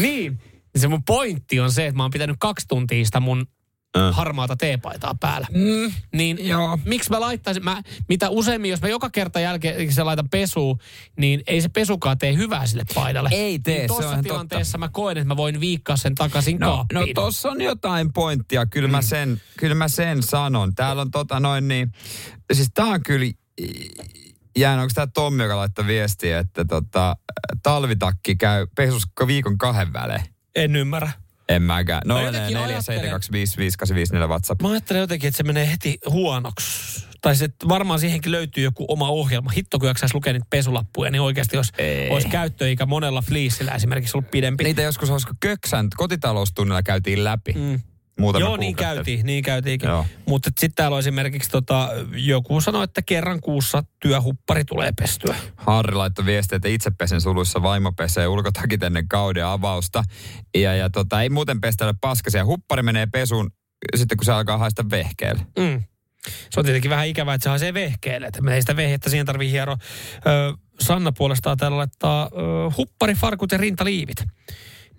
Niin, se mun pointti on se, että mä oon pitänyt kaksi tuntia sitä mun harmaata teepaitaa päällä.
Mm,
Niin
joo.
miksi mä laittaisin, mä, mitä useimmin, jos mä joka kerta jälkeen se laitan pesuun, niin ei se pesukaan tee hyvää sille paidalle.
Ei tee,
niin
se on
tossa
ihan totta.
tilanteessa mä koen, että mä voin viikkaa sen takaisin
No, no
kaappiin.
tossa on jotain pointtia, kyllä
Mm.
mä sen, kyllä mä sen sanon. Täällä on tota noin niin, siis tää on kyllä jään, onko tää Tommi, joka laittaa viestiä, että tota, talvitakki käy pesus viikon kahden välein.
en ymmärrä.
En mäkään. No,
Mä
no
jotenkin
4, 7,
ajattelen.
2, 5, 5, 8, 5, 4 WhatsApp.
Mä ajattelen jotenkin, että se menee heti huonoksi. Tai se, että varmaan siihenkin löytyy joku oma ohjelma. Hitto, kun jaksaisi lukea niitä pesulappuja, niin oikeasti olisi,
Ei.
olisi käyttöikä monella fliisillä esimerkiksi ollut pidempi.
Niitä joskus olisiko köksän, kotitaloustunnilla käytiin läpi. Mm. Muutama
Joo, niin
kuukautta.
käytiin, niin käytiin.
Joo.
Mutta sitten täällä on esimerkiksi tota, joku sanoi, että kerran kuussa työhuppari tulee pestyä.
Harri laittoi viestiä, että itse pesen suluissa, vaimo pesee ulkotakit ennen kauden avausta. Ja, ja tota, ei muuten pestellä paskasia. Huppari menee pesuun sitten, kun se alkaa haista vehkeelle.
Mm. Se on tietenkin vähän ikävää, että se haisee vehkeelle. Että menee sitä vehjettä, siihen tarvii hiero. Ö, Sanna puolestaan täällä laittaa ö, hupparifarkut ja rintaliivit.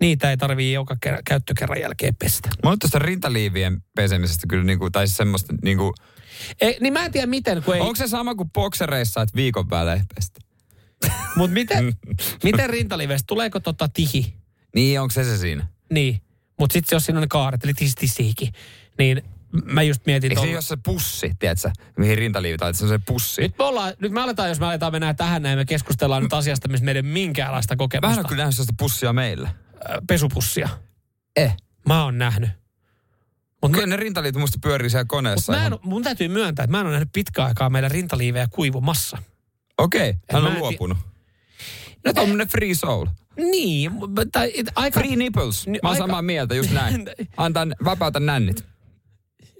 Niitä ei tarvii joka kerran, käyttökerran jälkeen pestä.
Mä oon tuosta rintaliivien pesemisestä kyllä, niinku, tai siis semmoista, niinku,
Ei, niin mä en tiedä miten, kun ei...
onko se sama kuin boksereissa, että viikon välein pestä?
Mutta miten, miten rintaliivestä? Tuleeko tota tihi?
Niin, onko se se siinä?
Niin. Mutta sitten jos siinä on ne kaaret, eli tis, tis, tihikin, niin m- mä just mietin...
Eikö se
tuolla-
jos se pussi, tiedätkö, mihin rintaliivit laitat, semmoisen pussi?
Nyt me, ollaan, nyt me aletaan, jos me aletaan mennä tähän näin, me keskustellaan nyt asiasta, missä meidän minkäänlaista
Vähän
kokemusta.
on kyllä nähnyt sellaista pussia meillä.
Ö, Pesupussia.
Eh.
Mä oon nähnyt. Mut mä,
Kyllä ne rintaliivit musta pyörii siellä
mut
koneessa.
mä en,
ihan-
mun täytyy myöntää, että mä en ole nähnyt pitkään aikaa meillä rintaliivejä kuivumassa.
Okei, hän
mä
on
en tie-
luopunut. No tommonen free soul.
Niin, mu- tai et aika...
Free nipples. Mä
Ni-
oon
aika- Niin.
samaa mieltä, just näin. Antaa, vapauta nännit.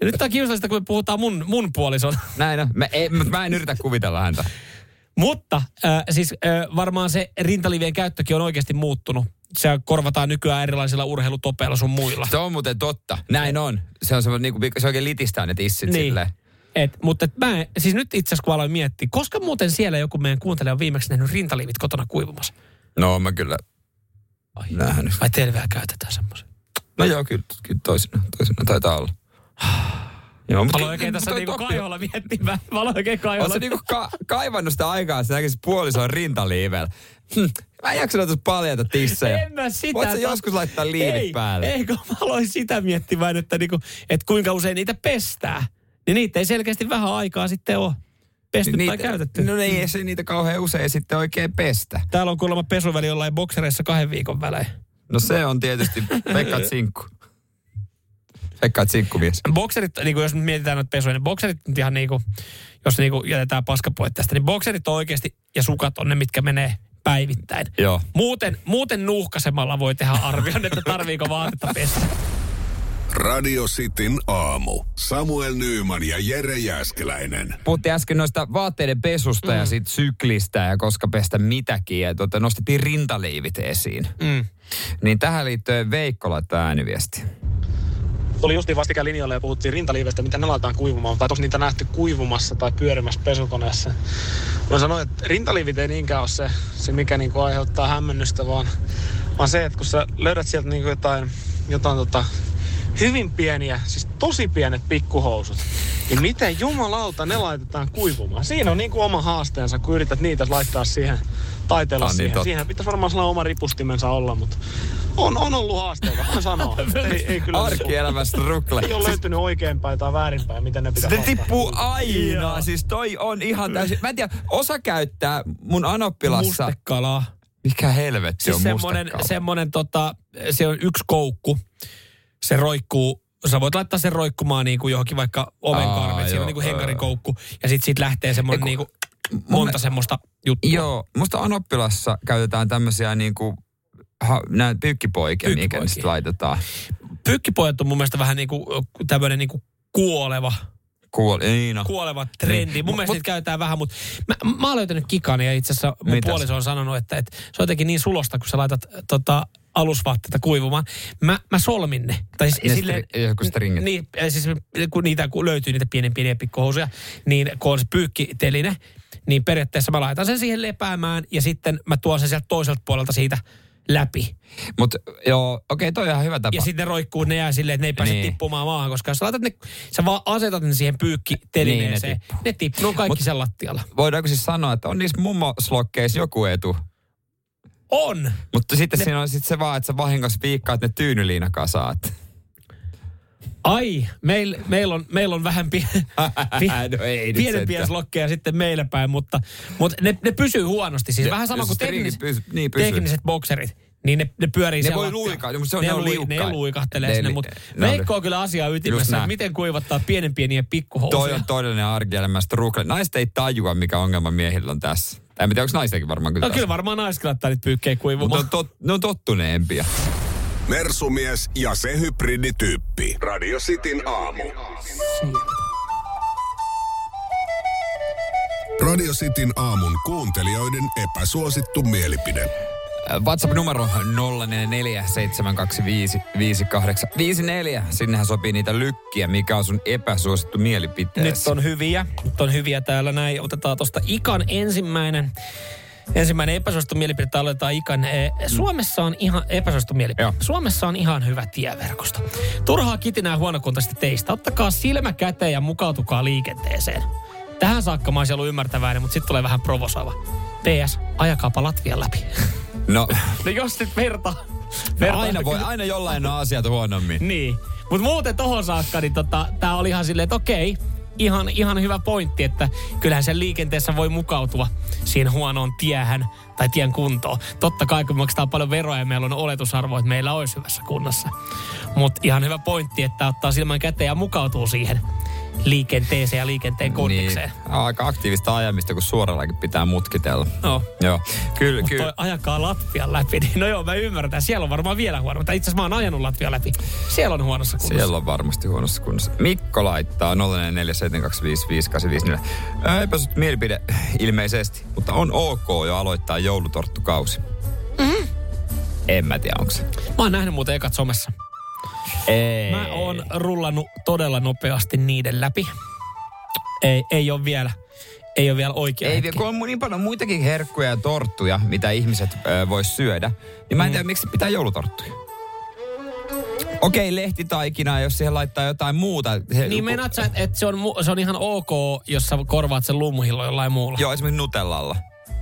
Ja nyt tää on kiusallista, kun me puhutaan mun, mun puolison.
Näin on. Mä, ei, mut mä en yritä kuvitella häntä.
Mutta äh, siis äh, varmaan se rintalivien käyttökin on oikeasti muuttunut. Se korvataan nykyään erilaisilla urheilutopeilla sun muilla.
Se on muuten totta. Näin on. Se on semmoinen, niinku, se oikein litistää ne tissit niin. silleen.
Et, mutta et mä, en- siis nyt itse asiassa kun aloin miettiä, koska muuten siellä joku meidän kuuntelija on viimeksi nähnyt rintaliivit kotona kuivumassa.
No mä kyllä
Ai,
nähnyt.
Ai teillä vielä käytetään semmoisen.
No joo, kyllä, kyllä toisena, toisena taitaa olla. joo, mutta
Mä aloin oikein tässä niinku kaiholla miettimään. Mä aloin oikein kaiholla.
Oletko niinku ka- kaivannut sitä aikaa, että sä näkisit puolison rintaliivellä? Hm, Mä en jaksa noita paljaita tissejä.
En mä sitä.
Voit sä
tar-
joskus laittaa liivit
ei,
päälle?
Ei, kun mä aloin sitä miettimään, että, niinku, että kuinka usein niitä pestää. Niin niitä ei selkeästi vähän aikaa sitten ole pesty niin, tai käytetty.
No ei, ei se niitä kauhean usein sitten oikein pestä.
Täällä on kuulemma pesuväli jollain boksereissa kahden viikon välein.
No se on tietysti Pekka Tsinkku. Pekka Tsinkkumies.
Bokserit, niin kuin jos nyt mietitään noita pesuja, niin bokserit nyt ihan niin kuin, jos niin kuin jätetään paska pois tästä, niin bokserit on oikeasti, ja sukat on ne, mitkä menee päivittäin.
Joo.
Muuten, muuten nuuhkasemalla voi tehdä arvion, että tarviiko vaatetta pestä.
Radio Cityn aamu. Samuel Nyyman ja Jere Jäskeläinen.
Puhuttiin äsken noista vaatteiden pesusta mm. ja sit syklistä ja koska pestä mitäkin. Ja tuota, nostettiin rintaliivit esiin. Mm. Niin tähän liittyen Veikko laittaa ääniviesti.
Tuli justiin vastikään linjalle ja puhuttiin rintaliiveistä, miten ne laitetaan kuivumaan, tai onko niitä nähty kuivumassa tai pyörimässä pesukoneessa. Mä sanoin, että rintaliivit ei niinkään ole se, se mikä niinku aiheuttaa hämmennystä, vaan, vaan se, että kun sä löydät sieltä niinku jotain, jotain tota, hyvin pieniä, siis tosi pienet pikkuhousut, niin miten jumalauta ne laitetaan kuivumaan? Siinä on niinku oma haasteensa, kun yrität niitä laittaa siihen, taitella
Ah, niin
siihen.
totta.
siihen pitäisi varmaan sellainen oma ripustimensa olla, mutta on, on ollut haasteita, voin sanoa. ei, ei kyllä
Arkielämä struggle.
ei ole löytynyt oikeinpäin tai väärinpäin, miten ne pitää
Siis Ne
laittaa.
tippuu aina. Siis toi on ihan täysin. Mä en tiedä, osa käyttää mun anoppilassa.
Mustekalaa.
Mikä helvetti
Siis
on
semmonen,
mustekala?
semmonen tota, se on yksi koukku. Se roikkuu, sä voit laittaa sen roikkumaan niinku johonkin vaikka oven
Aa,
karveen. Siinä
joo,
on niinku
joo,
henkarikoukku. Ja sit siitä lähtee semmonen
Ei,
niinku monta semmoista juttua.
Joo, musta Anoppilassa käytetään tämmöisiä niinku, ha, näitä pyykkipoikia, mikä
Pyykkipoikia.
ne sit laitetaan.
Pyykkipojat on mun mielestä vähän niinku ö, tämmönen niinku kuoleva,
Kuoli, niin no.
kuoleva trendi.
Niin.
Mun
Mut-
mielestä
mut-
niitä käytetään vähän, mutta mä, mä oon löytänyt kikan ja itse asiassa mun
Mitäs?
puoliso on sanonut, että, että se on jotenkin niin sulosta, kun sä laitat ö, tota, alusvaatteita kuivumaan. Mä, mä solmin ne. Tai siis,
Ne
silleen,
stri- joku stringit.
Niin, eh, siis kun niitä kun löytyy niitä pienen pieniä pikkuhousuja, niin kun on se pyykkiteline, niin periaatteessa mä laitan sen siihen lepäämään ja sitten mä tuon sen sieltä toiselta puolelta siitä läpi.
Mut joo, okei, toi on ihan hyvä tapa.
Ja sitten ne roikkuu, ne jää silleen, että ne ei pääse
Niin.
niin. tippumaan maahan, koska jos sä laitat ne, sä vaan asetat ne siihen pyykkitelineeseen,
Niin, ne
niin, ne tippuu. Ne on kaikki Mut, sen lattialla.
Voidaanko siis sanoa, että on niissä mummoslokkeissa joku etu?
On!
Mutta sitten ne... siinä on sit se vaan, että sä vahingossa viikkaat ne tyynyliinakasaat.
Ai, meillä meil on, meil on vähän pi- pi-
No ei nyt
pienempiä
sentään.
slokkeja sitten meillä päin, mutta, mutta ne, ne pysyy huonosti. Siis
Ne-
vähän sama kuin
stringit
tekniset,
pysy- niin, pysyy.
tekniset bokserit. Niin ne, ne
Ne
pyörii siellä
voi
lattialla.
luikaa, mutta se on- ne on
ne
liukkaita.
luikahtelee
Ne-
sinne,
ne-
mutta
ne on
Veikko on kyllä asiaa
Just
ytimessä,
näin.
että miten kuivattaa pienen pieniä pikkuhousuja.
Toi on todellinen arkielämä struggle. Naiset ei tajua, mikä ongelma miehillä on tässä. En tiedä, onko naistenkin varmaan kyllä
No kyllä varmaan naiset laittaa niitä pyykkejä
Mutta
kuivumaan.
on, tot, ne on tottuneempia.
Mersumies ja se hybridityyppi. Radio Cityn aamu. Radio Cityn aamun kuuntelijoiden epäsuosittu mielipide.
WhatsApp-numero 0447255854. Sinnehän sopii niitä lykkiä, mikä on sun epäsuosittu
Nyt
mielipiteesi.
on hyviä. Nyt on hyviä täällä näin. Otetaan tuosta Ikan ensimmäinen. Ensimmäinen epäsuosittu mielipide, tää aloitetaan Ikan. Eh, Suomessa on ihan epäsuosittu mielipide.
Joo.
Suomessa on ihan hyvä tieverkosto. Turhaa kitinää huonokuntaisesti teistä. Ottakaa silmä käteen ja mukautukaa liikenteeseen. Tähän saakka mä olisin ollut ymmärtäväinen, mutta sitten tulee vähän provosoiva. PS, ajakaapa Latvian läpi.
No,
No jos nyt verta.
aina, voi, aina jollain on asiat huonommin.
Niin. Mutta muuten tohon saakka, niin tota, tää oli ihan silleen, että okei, ihan, ihan hyvä pointti, että kyllähän sen liikenteessä voi mukautua siihen huonoon tiehän tai tien kuntoon. Totta kai, kun maksaa paljon veroja ja meillä on oletusarvo, että meillä olisi hyvässä kunnossa. Mutta ihan hyvä pointti, että ottaa silmän käteen ja mukautuu siihen liikenteeseen ja liikenteen kondikseen. Niin.
aika aktiivista ajamista, kun suorallakin pitää mutkitella.
No.
Joo, kyllä,
Mutta toi
kyllä.
ajakaa Latvian läpi. niin No joo, mä ymmärrän. Siellä on varmaan vielä huono. Mutta itse asiassa mä oon ajanut Latvian läpi. Siellä on huonossa kunnossa.
Siellä on varmasti huonossa kunnossa. Mikko laittaa 0447255854. Ää, Äh, Epäsuosittu mielipide ilmeisesti, mutta on ok jo aloittaa joulutorttukausi. Mm. En mä tiedä, onko se.
Mä oon nähnyt muuten ekat somessa.
Ei.
Mä oon rullannut todella nopeasti niiden läpi. Ei, ei ole vielä. Ei ole vielä oikea
Ei,
hetki.
kun on niin paljon muitakin herkkuja ja torttuja,
Mm.
mitä ihmiset ö, voi syödä, niin mä en tiedä, miksi pitää joulutorttuja. Okei, lehtitaikinaa, jos siihen laittaa jotain muuta. He,
Niin meinaat sä, että et se, on, mu- se on ihan ok, jos sä korvaat sen lummuhillo jollain muulla.
Joo, esimerkiksi Nutellalla. No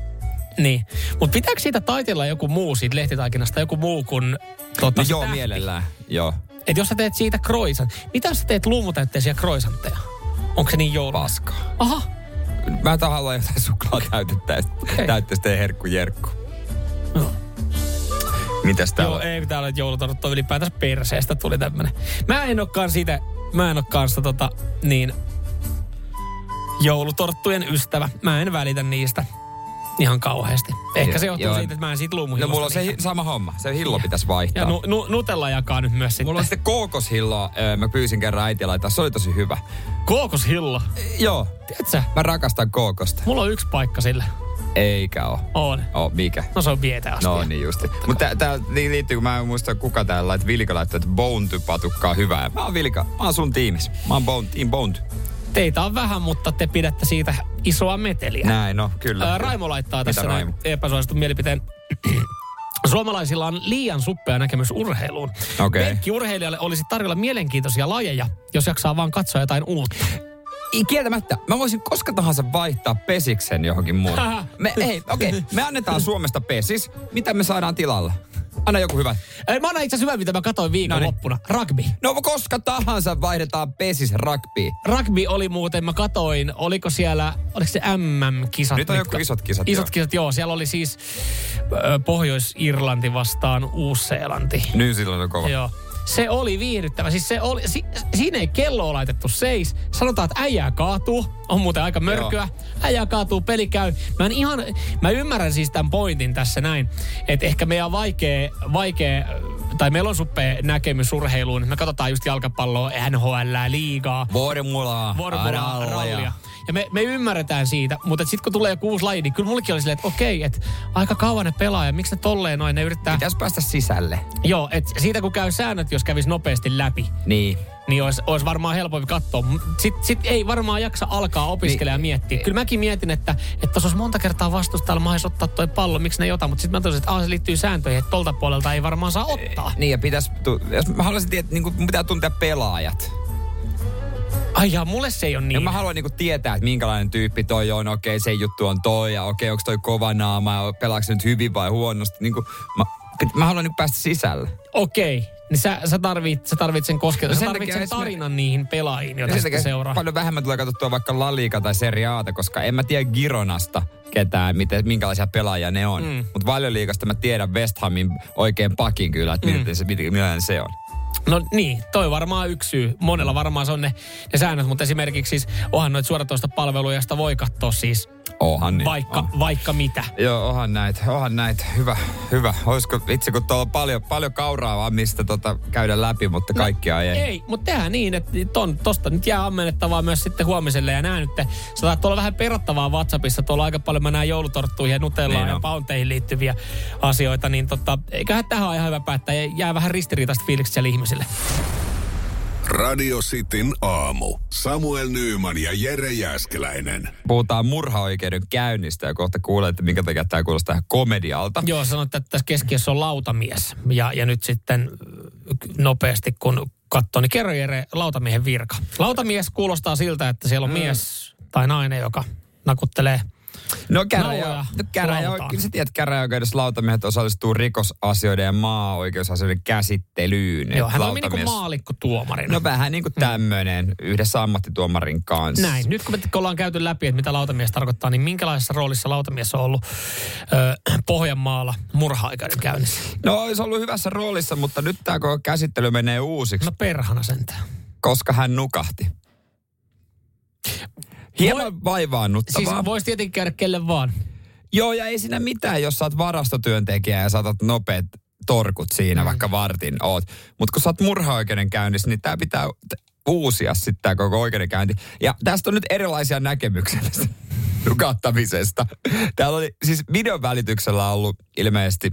Niin. Mutta pitääkö siitä taitella joku muu siitä lehtitaikinasta, joku muu kuin... Tota,
No
se
joo,
tähti?
mielellään. Joo,
Et jos sä teet siitä kroisan, mitä jos sä teet luumutäytteisiä kroisantteja? Onko se niin joulua?
paskaa.
Aha,
Mä tahallaan jotain suklaatäytettä okay.
Okei. No.
täytteistä ja herkkujerkku. Mitäs täällä?
Joo, ei pitää olla, että joulutortut on ylipäätänsä perseestä tuli tämmönen. Mä en olekaan sitä, mä en ole kanssa tota, niin, joulutorttujen ystävä. Mä en välitä niistä ihan kauheasti. Ehkä
Joo,
se johtuu
joo.
siitä, että mä en siitä
No
luumuhillosta.
mulla on se hi-
niitä. no
sama homma. Se hillo pitäisi vaihtaa.
Ja nu, nu, Nutella jakaa nyt myös sitten.
Mulla on sitten kookoshilloa. öö, Mä pyysin kerran äitiä laittaa. Se oli tosi hyvä.
Kookoshillo.
Joo.
Tiedätkö,
Mä rakastan kookosta.
mulla on yksi paikka sille.
Eikä oo.
On.
Oo, mikä?
No se on vietä
No niin justi. Mutta tää niin liittyy, kun mä en muista kuka täällä laittoi Vilka laittoi, että Bounty patukkaa hyvää. Mä oon Vilka, mä oon sun tiimis. Mä oon Bounty, Team Bounty.
Teitä on vähän, mutta te pidätte siitä isoa meteliä.
Näin, no kyllä.
Ää, Raimo laittaa
Mitä
tässä
Raimo?
näin epäsuositun mielipiteen. Suomalaisilla on liian suppea näkemys urheiluun.
Okei.
Penkkiurheilijalle olisi tarjolla mielenkiintoisia lajeja, jos jaksaa vaan katsoa jotain uutta.
Ei, Kieltämättä, mä voisin koska tahansa vaihtaa pesiksen johonkin muuhun.
Haha.
Me, ei, okei, okay, me annetaan Suomesta pesis. Mitä me saadaan tilalle? Anna joku hyvä.
Ei, mä annan itse asiassa hyvän, mitä mä katsoin viikonloppuna. Rugby.
No koska tahansa vaihdetaan pesis rugby.
Rugby oli muuten, mä katoin, oliko siellä, oliko se MM-kisat?
Nyt on
mitkä-
joku isot kisat.
Isot
jo.
kisat, joo. Siellä oli siis ö, Pohjois-Irlanti vastaan Uus-Seelanti.
Nyt Niin, silloin on kova.
Joo. Se oli viihdyttävä. Siis se oli, si, siinä ei kelloa laitettu seis. Sanotaan, että äijää kaatuu. On muuten aika mörköä. Äijää kaatuu, peli käy. Mä, en ihan, mä ymmärrän siis tämän pointin tässä näin. Että ehkä meidän on vaikea, vaikea tai meillä on suppea näkemys urheiluun. Me katsotaan just jalkapalloa, NHL, liigaa,
Vormulaa.
vuoropuolaa,
rallia.
rallia. Ja me, me ymmärretään siitä, mutta sitten kun tulee joku uusi laji, niin kyllä mullekin oli silleen, että okei, että aika kauan ne pelaa ja miksi ne tolleen noin, ne yrittää...
Pitäis päästä sisälle.
Joo, et siitä kun käy säännöt, jos kävisi nopeasti läpi,
Niin.
niin olisi olis varmaan helpompi katsoa. Sitten sit ei varmaan jaksa alkaa opiskella ja
Niin.
miettiä. Kyllä mäkin mietin, että että tuossa olisi monta kertaa vastustajalla mahdollista ottaa toi pallo, miksi ne ei ota. Mutta sitten mä totesin, että aah, se liittyy sääntöihin, että tolta puolelta ei varmaan saa ottaa.
Niin ja pitäis, tu- jos mä haluaisin tietää, niin kuin, pitää tuntea pelaajat.
Ai jaa, mulle se ei ole
Ja
niin.
mä haluan niinku tietää, että minkälainen tyyppi toi on, okei se juttu on toi, ja okei onko toi kova naama, ja pelaako se nyt hyvin vai huonosti. Niinku, mä, mä haluan niinku päästä sisälle.
Okei, niin sä, sä, tarvit, sä tarvit sen kosketus,
No
no, sä
sen
tarvit
takia
sen
esim-
tarinan niihin pelaajiin, joita
sen
sitten seuraa.
paljon vähemmän tulee katsottua vaikka Laliika tai Seriaata, koska en mä tiedä Gironasta ketään, miten, minkälaisia pelaajia ne on. Mm. Mutta valioliikasta mä tiedän West Hamin oikein pakin kyllä, että mm. se, mit- millainen se on.
No niin, toi varmaan yksi syy. Monella varmaan se on ne, ne säännöt, mutta esimerkiksi siis onhan noita suoratoista palveluja, joista voi katsoa siis
Ohan niin.
vaikka,
on.
vaikka mitä.
Joo, onhan näitä, onhan näitä. Hyvä, hyvä. Olisiko, itse kun tuolla on paljon, paljon kauraa vaan, mistä tota käydä läpi, mutta kaikkia ei.
Ei, mutta tehdään niin, että ton, tosta nyt jää ammennettavaa myös sitten huomiselle. Ja nää nyt, sä taat olla vähän perattavaa WhatsAppissa. Tuolla aika paljon mä näen joulutorttuihin ja nutellaan
Niin
niin ja
on.
paunteihin liittyviä asioita. Niin tota, eiköhän tähän ole ihan hyvä päättää. Ja Jää vähän ristiriitaista fiilikset siellä ihmisille.
Radio Cityn aamu. Samuel Nyyman ja Jere Jäskeläinen.
puhutaan murhaoikeuden käynnistä ja kohta kuulee, että minkä takia tämä kuulostaa ihan komedialta.
Joo, sanoit, että tässä keskiössä on lautamies. Ja, ja nyt sitten äh, nopeasti, kun katsoo, niin kerro Jere, lautamiehen virka. Lautamies kuulostaa siltä, että siellä on mm. mies tai nainen, joka nakuttelee
No, käräjä,
Nauloja
no käräjä,
lautaan.
kyllä sä tiedät, käräjäoikeudessa lautamiehet osallistuu rikosasioiden ja maa-oikeusasioiden käsittelyyn.
Joo,
Et
hän on niin maalikko tuomarina.
No vähän niin kuin tämmöinen, yhdessä ammattituomarin kanssa.
Näin. Nyt kun me ollaan käyty läpi, että mitä lautamies tarkoittaa, niin minkälaisessa roolissa lautamies on ollut ö, Pohjanmaalla murha-aikainen käynnissä?
No olisi ollut hyvässä roolissa, mutta nyt tämä koko käsittely menee uusiksi,
No perhana sentään.
koska hän nukahti. Hieman
Siis
vaivaannuttavaa.
voisi tietenkin käydä kelle vaan.
Joo, ja ei siinä mitään, jos sä oot varastotyöntekijä ja saatat nopeat torkut siinä, mm. vaikka vartin oot. Mutta kun sä oot murhaoikeuden käynnissä, niin tää pitää t- uusia sitten tää koko oikeudenkäynti. Ja tästä on nyt erilaisia näkemyksiä tästä nukahtamisesta. Täällä oli siis videon välityksellä ollut ilmeisesti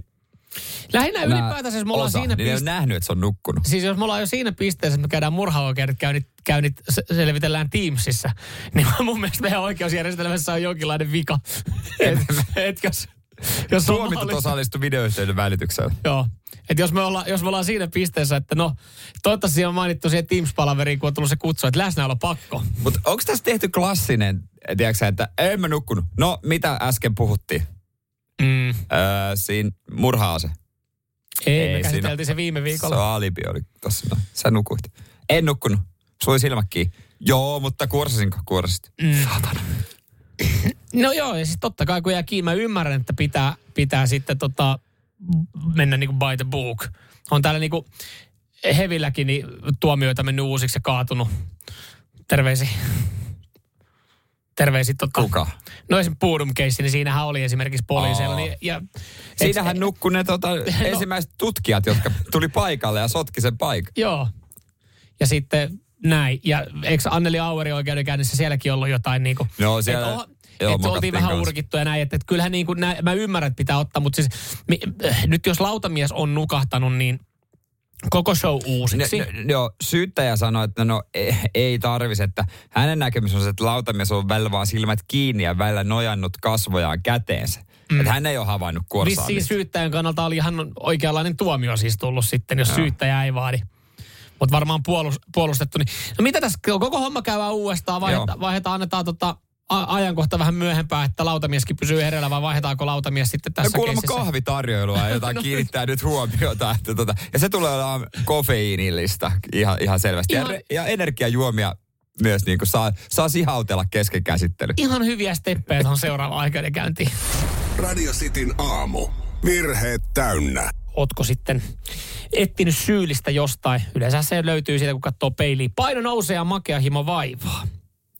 Lähinnä
nää
ylipäätänsä, jos siis me ollaan
osa,
siinä
niin ne on
piste-
nähnyt, että se on nukkunut.
Siis jos me ollaan jo siinä pisteessä, että me käydään murhaoikeudet käynnit, käynnit se- selvitellään Teamsissa, niin mun mielestä meidän oikeusjärjestelmässä on jonkinlainen vika. Et, et jos Jos on
Tuomitut
mahdollista.
osallistui videoyhteyden välityksellä.
Joo. Et jos, me olla, jos me ollaan siinä pisteessä, että no, toivottavasti siinä on mainittu siihen Teams-palaveriin, kun on tullut se kutsu, että läsnäolo pakko.
Mutta onko tässä tehty klassinen, tiedätkö, sä, että en mä nukkunut. No, mitä äsken puhuttiin?
Mm.
Öö, siinä murhaase.
Ei,
Ei
Ei, me
siinä-
käsiteltiin se viime
Se
viikolla.
alibi oli tossa. No, sä nukuit. En nukkunut. Sulla oli silmät kiinni. Joo, mutta kuorsasinko kuorsasit? Mm. Saatana.
No joo, ja siis totta kai kun jää kiinni, mä ymmärrän, että pitää, pitää sitten tota, mennä niinku by the book. On täällä niinku hevilläkin niin tuomioita mennyt uusiksi ja kaatunut. Terveisi. Terveisi tota.
Kuka?
No esim. puudum keissi, niin siinähän oli esimerkiksi poliiseilla.
Aa.
Niin, ja,
Siinähän
et-
nukkui ne tota,
No.
ensimmäiset tutkijat, jotka tuli paikalle ja sotki sen paikan.
Joo. Ja sitten näin. Ja eikö Anneli Aueri oikeudenkäynnissä sielläkin ollut jotain niin kuin,
Joo, No, siellä-
Että,
joo,
että
mokattiin
oltiin vähän
kanssa.
urkittu ja näin. Että, että kyllähän niin kuin, nä, mä ymmärrän, että pitää ottaa, mutta siis mi, äh, nyt jos lautamies on nukahtanut, niin koko show uusiksi.
No, no, joo, syyttäjä sanoi, että no ei, ei tarvis, että hänen näkemys on se, että lautamies on välillä vaan silmät kiinni ja välillä nojannut kasvojaan käteensä. Mm. Että hän ei ole havainnut
Vissiin
korsaamista.
syyttäjän kannalta oli ihan oikeanlainen tuomio siis tullut sitten, jos syyttäjä ei vaadi. Mutta varmaan puolus, puolustettu. Niin. No mitä tässä, koko homma käydään uudestaan,
Joo.
vaihdetaan, vaihdetaan annetaan tota a- ajankohta vähän myöhempään, että lautamieskin pysyy hereillä, vai vaihdetaanko lautamies sitten
No
tässä
kuulemma
keisissä?
kahvitarjoilua, jota no. kiinnittää nyt huomiota. Että tota, ja se tulee olemaan kofeiinillista ihan, ihan selvästi. Ihan.
Ihan-
Ja, re- ja energiajuomia myös niin kuin saa, saa sihautella kesken käsittelyn.
Ihan hyviä steppejä tuohon seuraavaan oikeudenkäyntiin.
Radio Cityn aamu. Virheet täynnä.
Ootko sitten etsinyt syyllistä jostain? Yleensä se löytyy siitä, kun katsoo peiliin. Paino nousee ja makea himo vaivaa.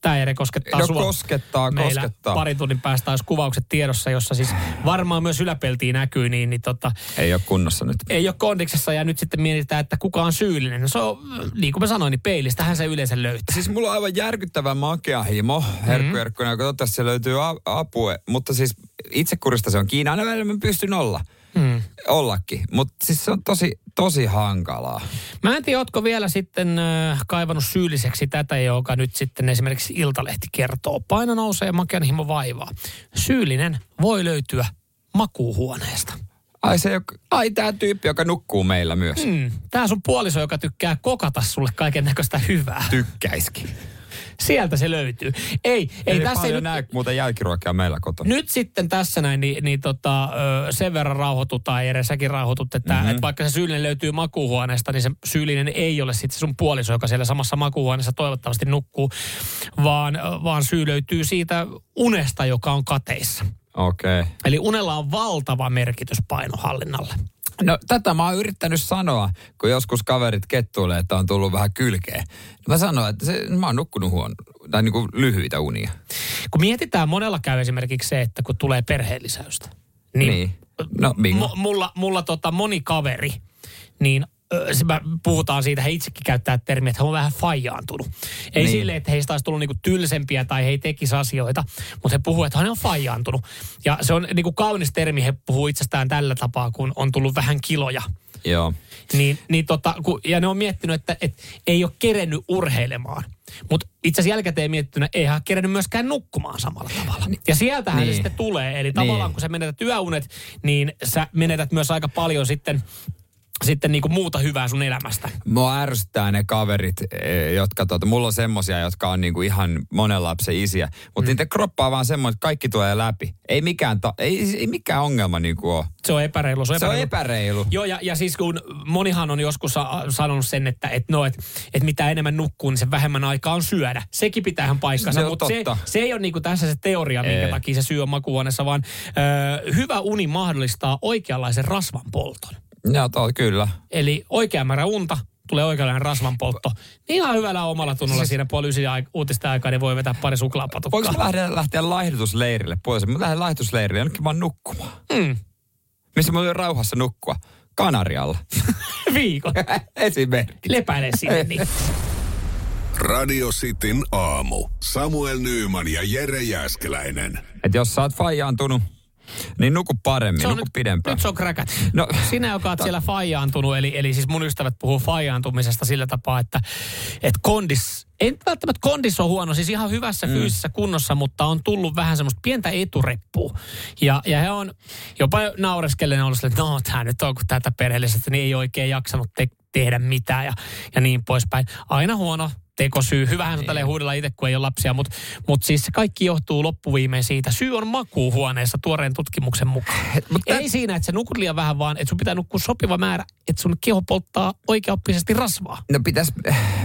Tämä Jere koskettaa
No
sua.
koskettaa,
Meillä
koskettaa.
parin tunnin päästä olisi kuvaukset tiedossa, jossa siis varmaan myös yläpeltiin näkyy, niin, niin tota,
Ei ole kunnossa nyt.
ei ole kondiksessa ja nyt sitten mietitään, että kuka on syyllinen. No se on, niin kuin mä sanoin, niin peilistähän se yleensä löytyy.
Siis mulla on aivan järkyttävä makea himo, herkkuherkkuna, joka toivottavasti se löytyy a- apue. Mutta siis itsekurista se on kiinni. Aina välillä mä pystyn olla. Mm. Ollakin. Mutta siis se on tosi, tosi hankalaa.
Mä en tiedä, ootko vielä sitten äh, kaivannut syylliseksi tätä, joka nyt sitten esimerkiksi Iltalehti kertoo. Paino nousee, makean himo vaivaa. Syyllinen voi löytyä makuuhuoneesta.
Ai, se, joka- ai tää tyyppi, joka nukkuu meillä myös. Mm.
Mm. Tää sun puoliso, joka tykkää kokata sulle kaiken näköistä hyvää.
Tykkäiskin.
Sieltä se löytyy. Ei, ei,
Ei,
ei tässä ei
paljon
nyt...
näe muuten jälkiruokia meillä kotona.
Nyt sitten tässä näin, niin, niin tota, ö, sen verran rauhoitutaan, Jere, säkin rauhoitut, että mm-hmm. et vaikka se syyllinen löytyy makuuhuoneesta, niin se syyllinen ei ole sitten sun puoliso, joka siellä samassa makuuhuoneessa toivottavasti nukkuu, vaan, ö, vaan syy löytyy siitä unesta, joka on kateissa.
Okei. Okay.
Eli unella on valtava merkitys painohallinnalle.
No tätä mä oon yrittänyt sanoa, kun joskus kaverit kettuilee, että on tullut vähän kylkeä. Mä sanoin, että se, mä oon nukkunut huono, tai niin kuin lyhyitä unia.
Kun mietitään, monella käy esimerkiksi se, että kun tulee perheellisäystä, niin,
Niin. No, bingo.
M- mulla mulla tota, moni kaveri, niin ö, se, mä, puhutaan siitä, he itsekin käyttää termiä, että he on vähän fajaantunut. Ei
Niin.
niin. sille, että heistä olisi tullut niinku tylsempiä tai he ei tekisi asioita, mutta he puhuu, että hän on fajaantunut. Ja se on niinku kaunis termi, he puhuu itsestään tällä tapaa, kun on tullut vähän kiloja.
Joo.
Niin, niin tota, kun, ja ne on miettinyt, että et, ei ole kerennyt urheilemaan. Mutta itse asiassa jälkikäteen miettittynä ei hän kerennyt myöskään nukkumaan samalla tavalla. Ja sieltähän niin.
Niin.
se sitten tulee. Eli tavallaan kun sä menetät yöunet, niin sä menetät myös aika paljon sitten, sitten niinku muuta hyvää sun elämästä.
Mua ärsyttää ne kaverit, eh, jotka, tuota, mulla on semmosia, jotka on niinku ihan monen lapsen isiä, mutta mm. niitä kroppaa vaan semmoinen, että kaikki tulee läpi. Ei mikään, ta- ei, ei mikään ongelma niinku ole.
Se on epäreilu. Se on
Se on
epäreilu.
epäreilu.
Joo, ja, ja siis kun monihan on joskus sa- sanonut sen, että et no, et, et mitä enemmän nukkuu, niin se vähemmän aikaa on syödä. Sekin pitäähän paikkansa,
Se on
mutta se,
totta.
se ei ole niinku tässä se teoria, minkä
Ei.
takia se syö on makuuhuoneessa, vaan ö, hyvä uni mahdollistaa oikeanlaisen rasvan polton.
Joo, to, kyllä.
Eli oikea määrä unta tulee oikeanlainen rasvan poltto. Niin ihan hyvällä omalla tunnolla siis... siinä puoli ysi aik- uutisten aikaa, niin voi vetää pari suklaapatukkaa.
Voiko mä lähteä, lähteä laihdutusleirille pois? Mä lähden laihdutusleirille jonnekin vaan nukkumaan. Mm.
Hmm.
Missä mä voin rauhassa nukkua? Kanarialla.
Viikon.
Esimerkki.
Lepäile sinne, niin.
Radio Cityn aamu. Samuel Nyyman ja Jere Jäskeläinen.
Et jos sä oot faijaantunut, Niin nuku paremmin,
Se on
nuku pidempään.
Nyt se on kräkät.
No.
No. Sinä, joka oot siellä faijaantunut, eli, eli siis mun ystävät puhuu faijaantumisesta sillä tapaa, että, että kondis, ei nyt välttämättä kondis on huono, siis ihan hyvässä mm. fyysisessä kunnossa, mutta on tullut vähän semmoista pientä etureppua. Ja, ja he on jopa naureskellen ollut sille, että no tämä nyt on, kun tätä perheellisestä, niin ei oikein jaksanut te- tehdä mitään ja, ja niin poispäin. Aina huono tekosyy. Hyvähän se tälleen huudella itse, kun ei ole lapsia, mutta mut siis se kaikki johtuu loppuviimein siitä. Syy on makuuhuoneessa tuoreen tutkimuksen mukaan.
mut tää-
ei siinä, että sä nukut liian vähän, vaan että sun pitää nukkua sopiva määrä, että sun keho polttaa oikeaoppisesti rasvaa.
No pitäisi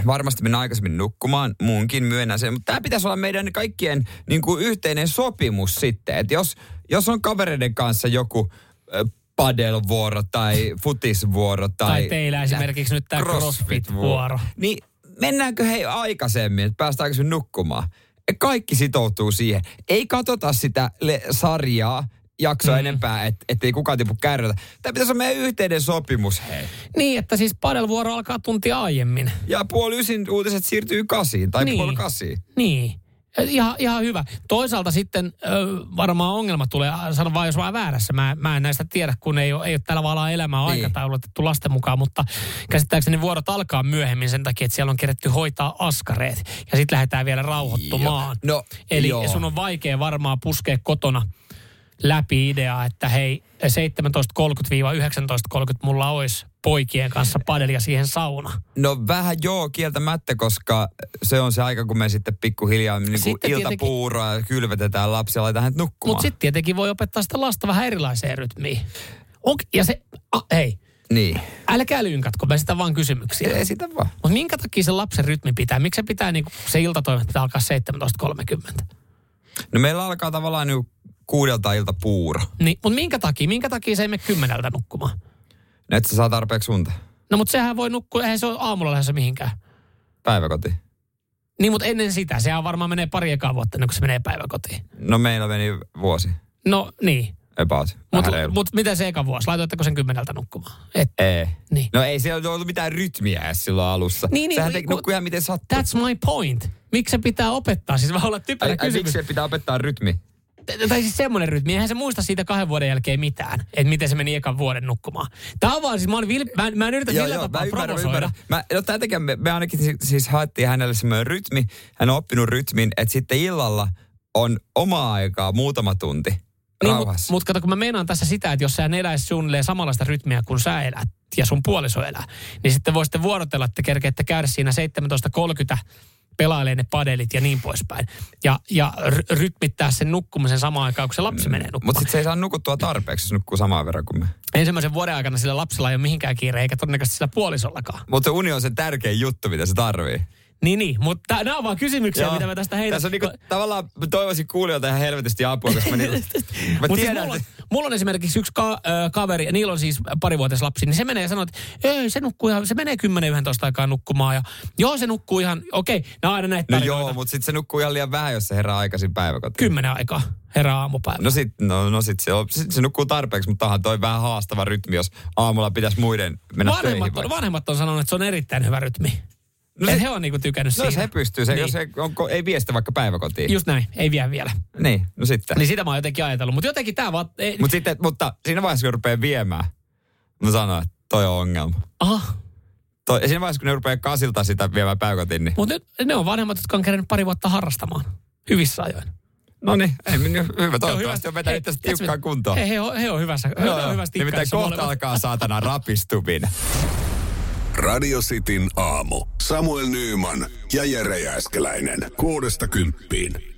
varmasti mennä aikaisemmin nukkumaan, muunkin myönnän sen, mutta tämä pitäisi olla meidän kaikkien niin kuin yhteinen sopimus sitten, että jos, jos on kavereiden kanssa joku ö, padelvuoro tai futisvuoro tai...
Tai teillä esimerkiksi nyt tää crossfit-vuoro.
Niin mennäänkö hei aikaisemmin, että päästään aikaisemmin nukkumaan? Kaikki sitoutuu siihen. Ei katsota sitä le- sarjaa, jaksoa mm. enempää, et, ettei kukaan tipu kärryltä. Tämä pitäisi olla meidän yhteinen sopimus, hei.
Niin, että siis padelvuoro alkaa tuntia aiemmin.
Ja puoli ysin uutiset siirtyy kasiin tai niin.
Niin.
puoli kasiin.
Niin. Ihan, ihan hyvä. Toisaalta sitten ö, varmaan ongelma tulee, sano vaan jos mä oon väärässä, mä, mä en näistä tiedä, kun ei ole, ei ole tällä valaa elämää
Niin.
niin. aikataulutettu lasten mukaan, mutta käsittääkseni vuorot alkaa myöhemmin sen takia, että siellä on keretty hoitaa askareet ja sitten lähdetään vielä rauhoittumaan.
Joo. No,
Eli
joo.
sun on vaikea varmaan puskea kotona läpi ideaa, että hei 17.30-19.30 mulla olisi poikien kanssa padelia siihen sauna.
No vähän joo, kieltämättä, koska se on se aika, kun me sitten pikkuhiljaa niin kuin
Sitten tietenkin-
iltapuuroa ja kylvetetään lapsia ja laitetaan hänet nukkumaan.
Mutta sitten tietenkin voi opettaa sitä lasta vähän erilaiseen rytmiin. Onk, ja se, a, hei,
Niin,
älkää lynkatko, mä sitä vaan kysymyksiä.
esitä vaan.
Mutta minkä takia se lapsen rytmi pitää? Miksi se pitää niinku, se iltatoimet pitää alkaa 17.30?
No meillä alkaa tavallaan nyt kuudelta ilta puuro.
Niin, mutta minkä takia? Minkä takia se ei mene kymmeneltä nukkumaan?
No et sä saa tarpeeksi unta.
No mutta sehän voi nukkua, eihän se ole aamulla lähdössä mihinkään.
Päiväkoti.
Niin, mutta ennen sitä, sehän varmaan menee pari ekaa vuotta ennen kuin se menee päiväkotiin.
No meillä meni vuosi.
No niin,
About.
mutta
Vähän reilu.
mut miten se eka vuosi? Laitoitteko sen kymmeneltä nukkumaan? Et,
Ei.
Niin.
No ei siellä ollut mitään rytmiä edes silloin alussa.
Niin, niin,
Sehän
niin,
teki
kun-
nukkui ihan miten sattuu.
That's my point. Miksi se pitää opettaa? Siis vähän olla typerä
Ai, ai,
kysymys.
miksi se pitää opettaa rytmi?
T- tai siis semmoinen rytmi, eihän se muista siitä kahden vuoden jälkeen mitään, että miten se meni ekan vuoden nukkumaan. Tämä on vaan siis, mä, olin vil... mä, en- mä en yritä millään tapaa
mä ymmärrän, mä
provosoida.
ymmärrän. Mä, no tämän takia me, me ainakin siis, siis haettiin hänelle semmoinen rytmi. Hän on oppinut rytmin, että sitten illalla on omaa aikaa muutama tunti
Niin, mutta
rauhassa.
mut kato, kun mä meinaan tässä sitä, että jos sä eläisi suunnilleen samanlaista rytmiä kuin sä elät ja sun puoliso elää, niin sitten voisitte vuorotella, että kerkeette käydä siinä 17.30 pelailee ne padelit ja niin poispäin. Ja, ja ry- rytmittää sen nukkumisen samaan aikaan, kun se lapsi
Mm.
menee nukkumaan.
Mutta sitten se ei saa nukuttua tarpeeksi, jos nukkuu samaan verran kuin me.
Ensimmäisen vuoden aikana sillä lapsella ei ole mihinkään kiire, eikä todennäköisesti sillä puolisollakaan.
Mutta se uni on se tärkein juttu, mitä se tarvii.
Niin, niin, mutta nämä on vaan kysymyksiä, mitä mä tästä heitän.
Tässä on niinku, tavallaan, mä toivoisin kuulijoilta ihan helvetisti apua, koska mä, niinku, mä
Mut siis
tiedän,
mulla, on-
että-
mulla on esimerkiksi yksi ka, ö, kaveri, ja niillä on siis parivuotias lapsi, niin se menee ja sanoo, että ei, se, nukkuu ihan, se menee 10-11 aikaa nukkumaan. Ja, joo, se nukkuu ihan, okei, okay, nämä on aina näitä
No
tarinoita.
joo, mutta sitten se nukkuu ihan liian vähän, jos se herää aikaisin päiväkotiin.
Kymmenen aikaa herää aamupäivällä.
No sit, no, no sit se, on, sit se nukkuu tarpeeksi, mutta onhan toi vähän haastava rytmi, jos aamulla pitäisi muiden mennä
vanhemmat,
töihin.
on,
vaikka.
vanhemmat on sanonut, että se on erittäin hyvä rytmi. No
se-
he on niinku tykännyt
No jos
siitä.
he pystyy, se, niin.
Niin.
jos he on, ei viestä vaikka päiväkotiin.
Just näin, ei vie vielä.
Niin, no sitten. Niin.
Niin sitä mä oon jotenkin ajatellut, mutta jotenkin tämä vaan... Ei,
Mut sitten, mutta siinä vaiheessa, kun rupeaa viemään, mä sanon, että toi on ongelma.
aha,
Toi, ja siinä vaiheessa, kun ne rupeaa kasilta sitä viemään päiväkotiin, niin
mutta ne on vanhemmat, jotka on kerännyt pari vuotta harrastamaan hyvissä ajoin.
no niin, ei, niin hyvä.
Se
Toivottavasti on vetänyt
Hei,
tästä
tiedätkö
tiukkaan
mitä?
kuntoon.
He, he, on, he on hyvässä, he on hyvässä
Nimittäin
tikkaissa
kohta
molemmat.
alkaa saatana rapistuminen.
Radio Cityn aamu. Samuel Nyyman ja Jere Jääskeläinen. Kuudesta kymppiin.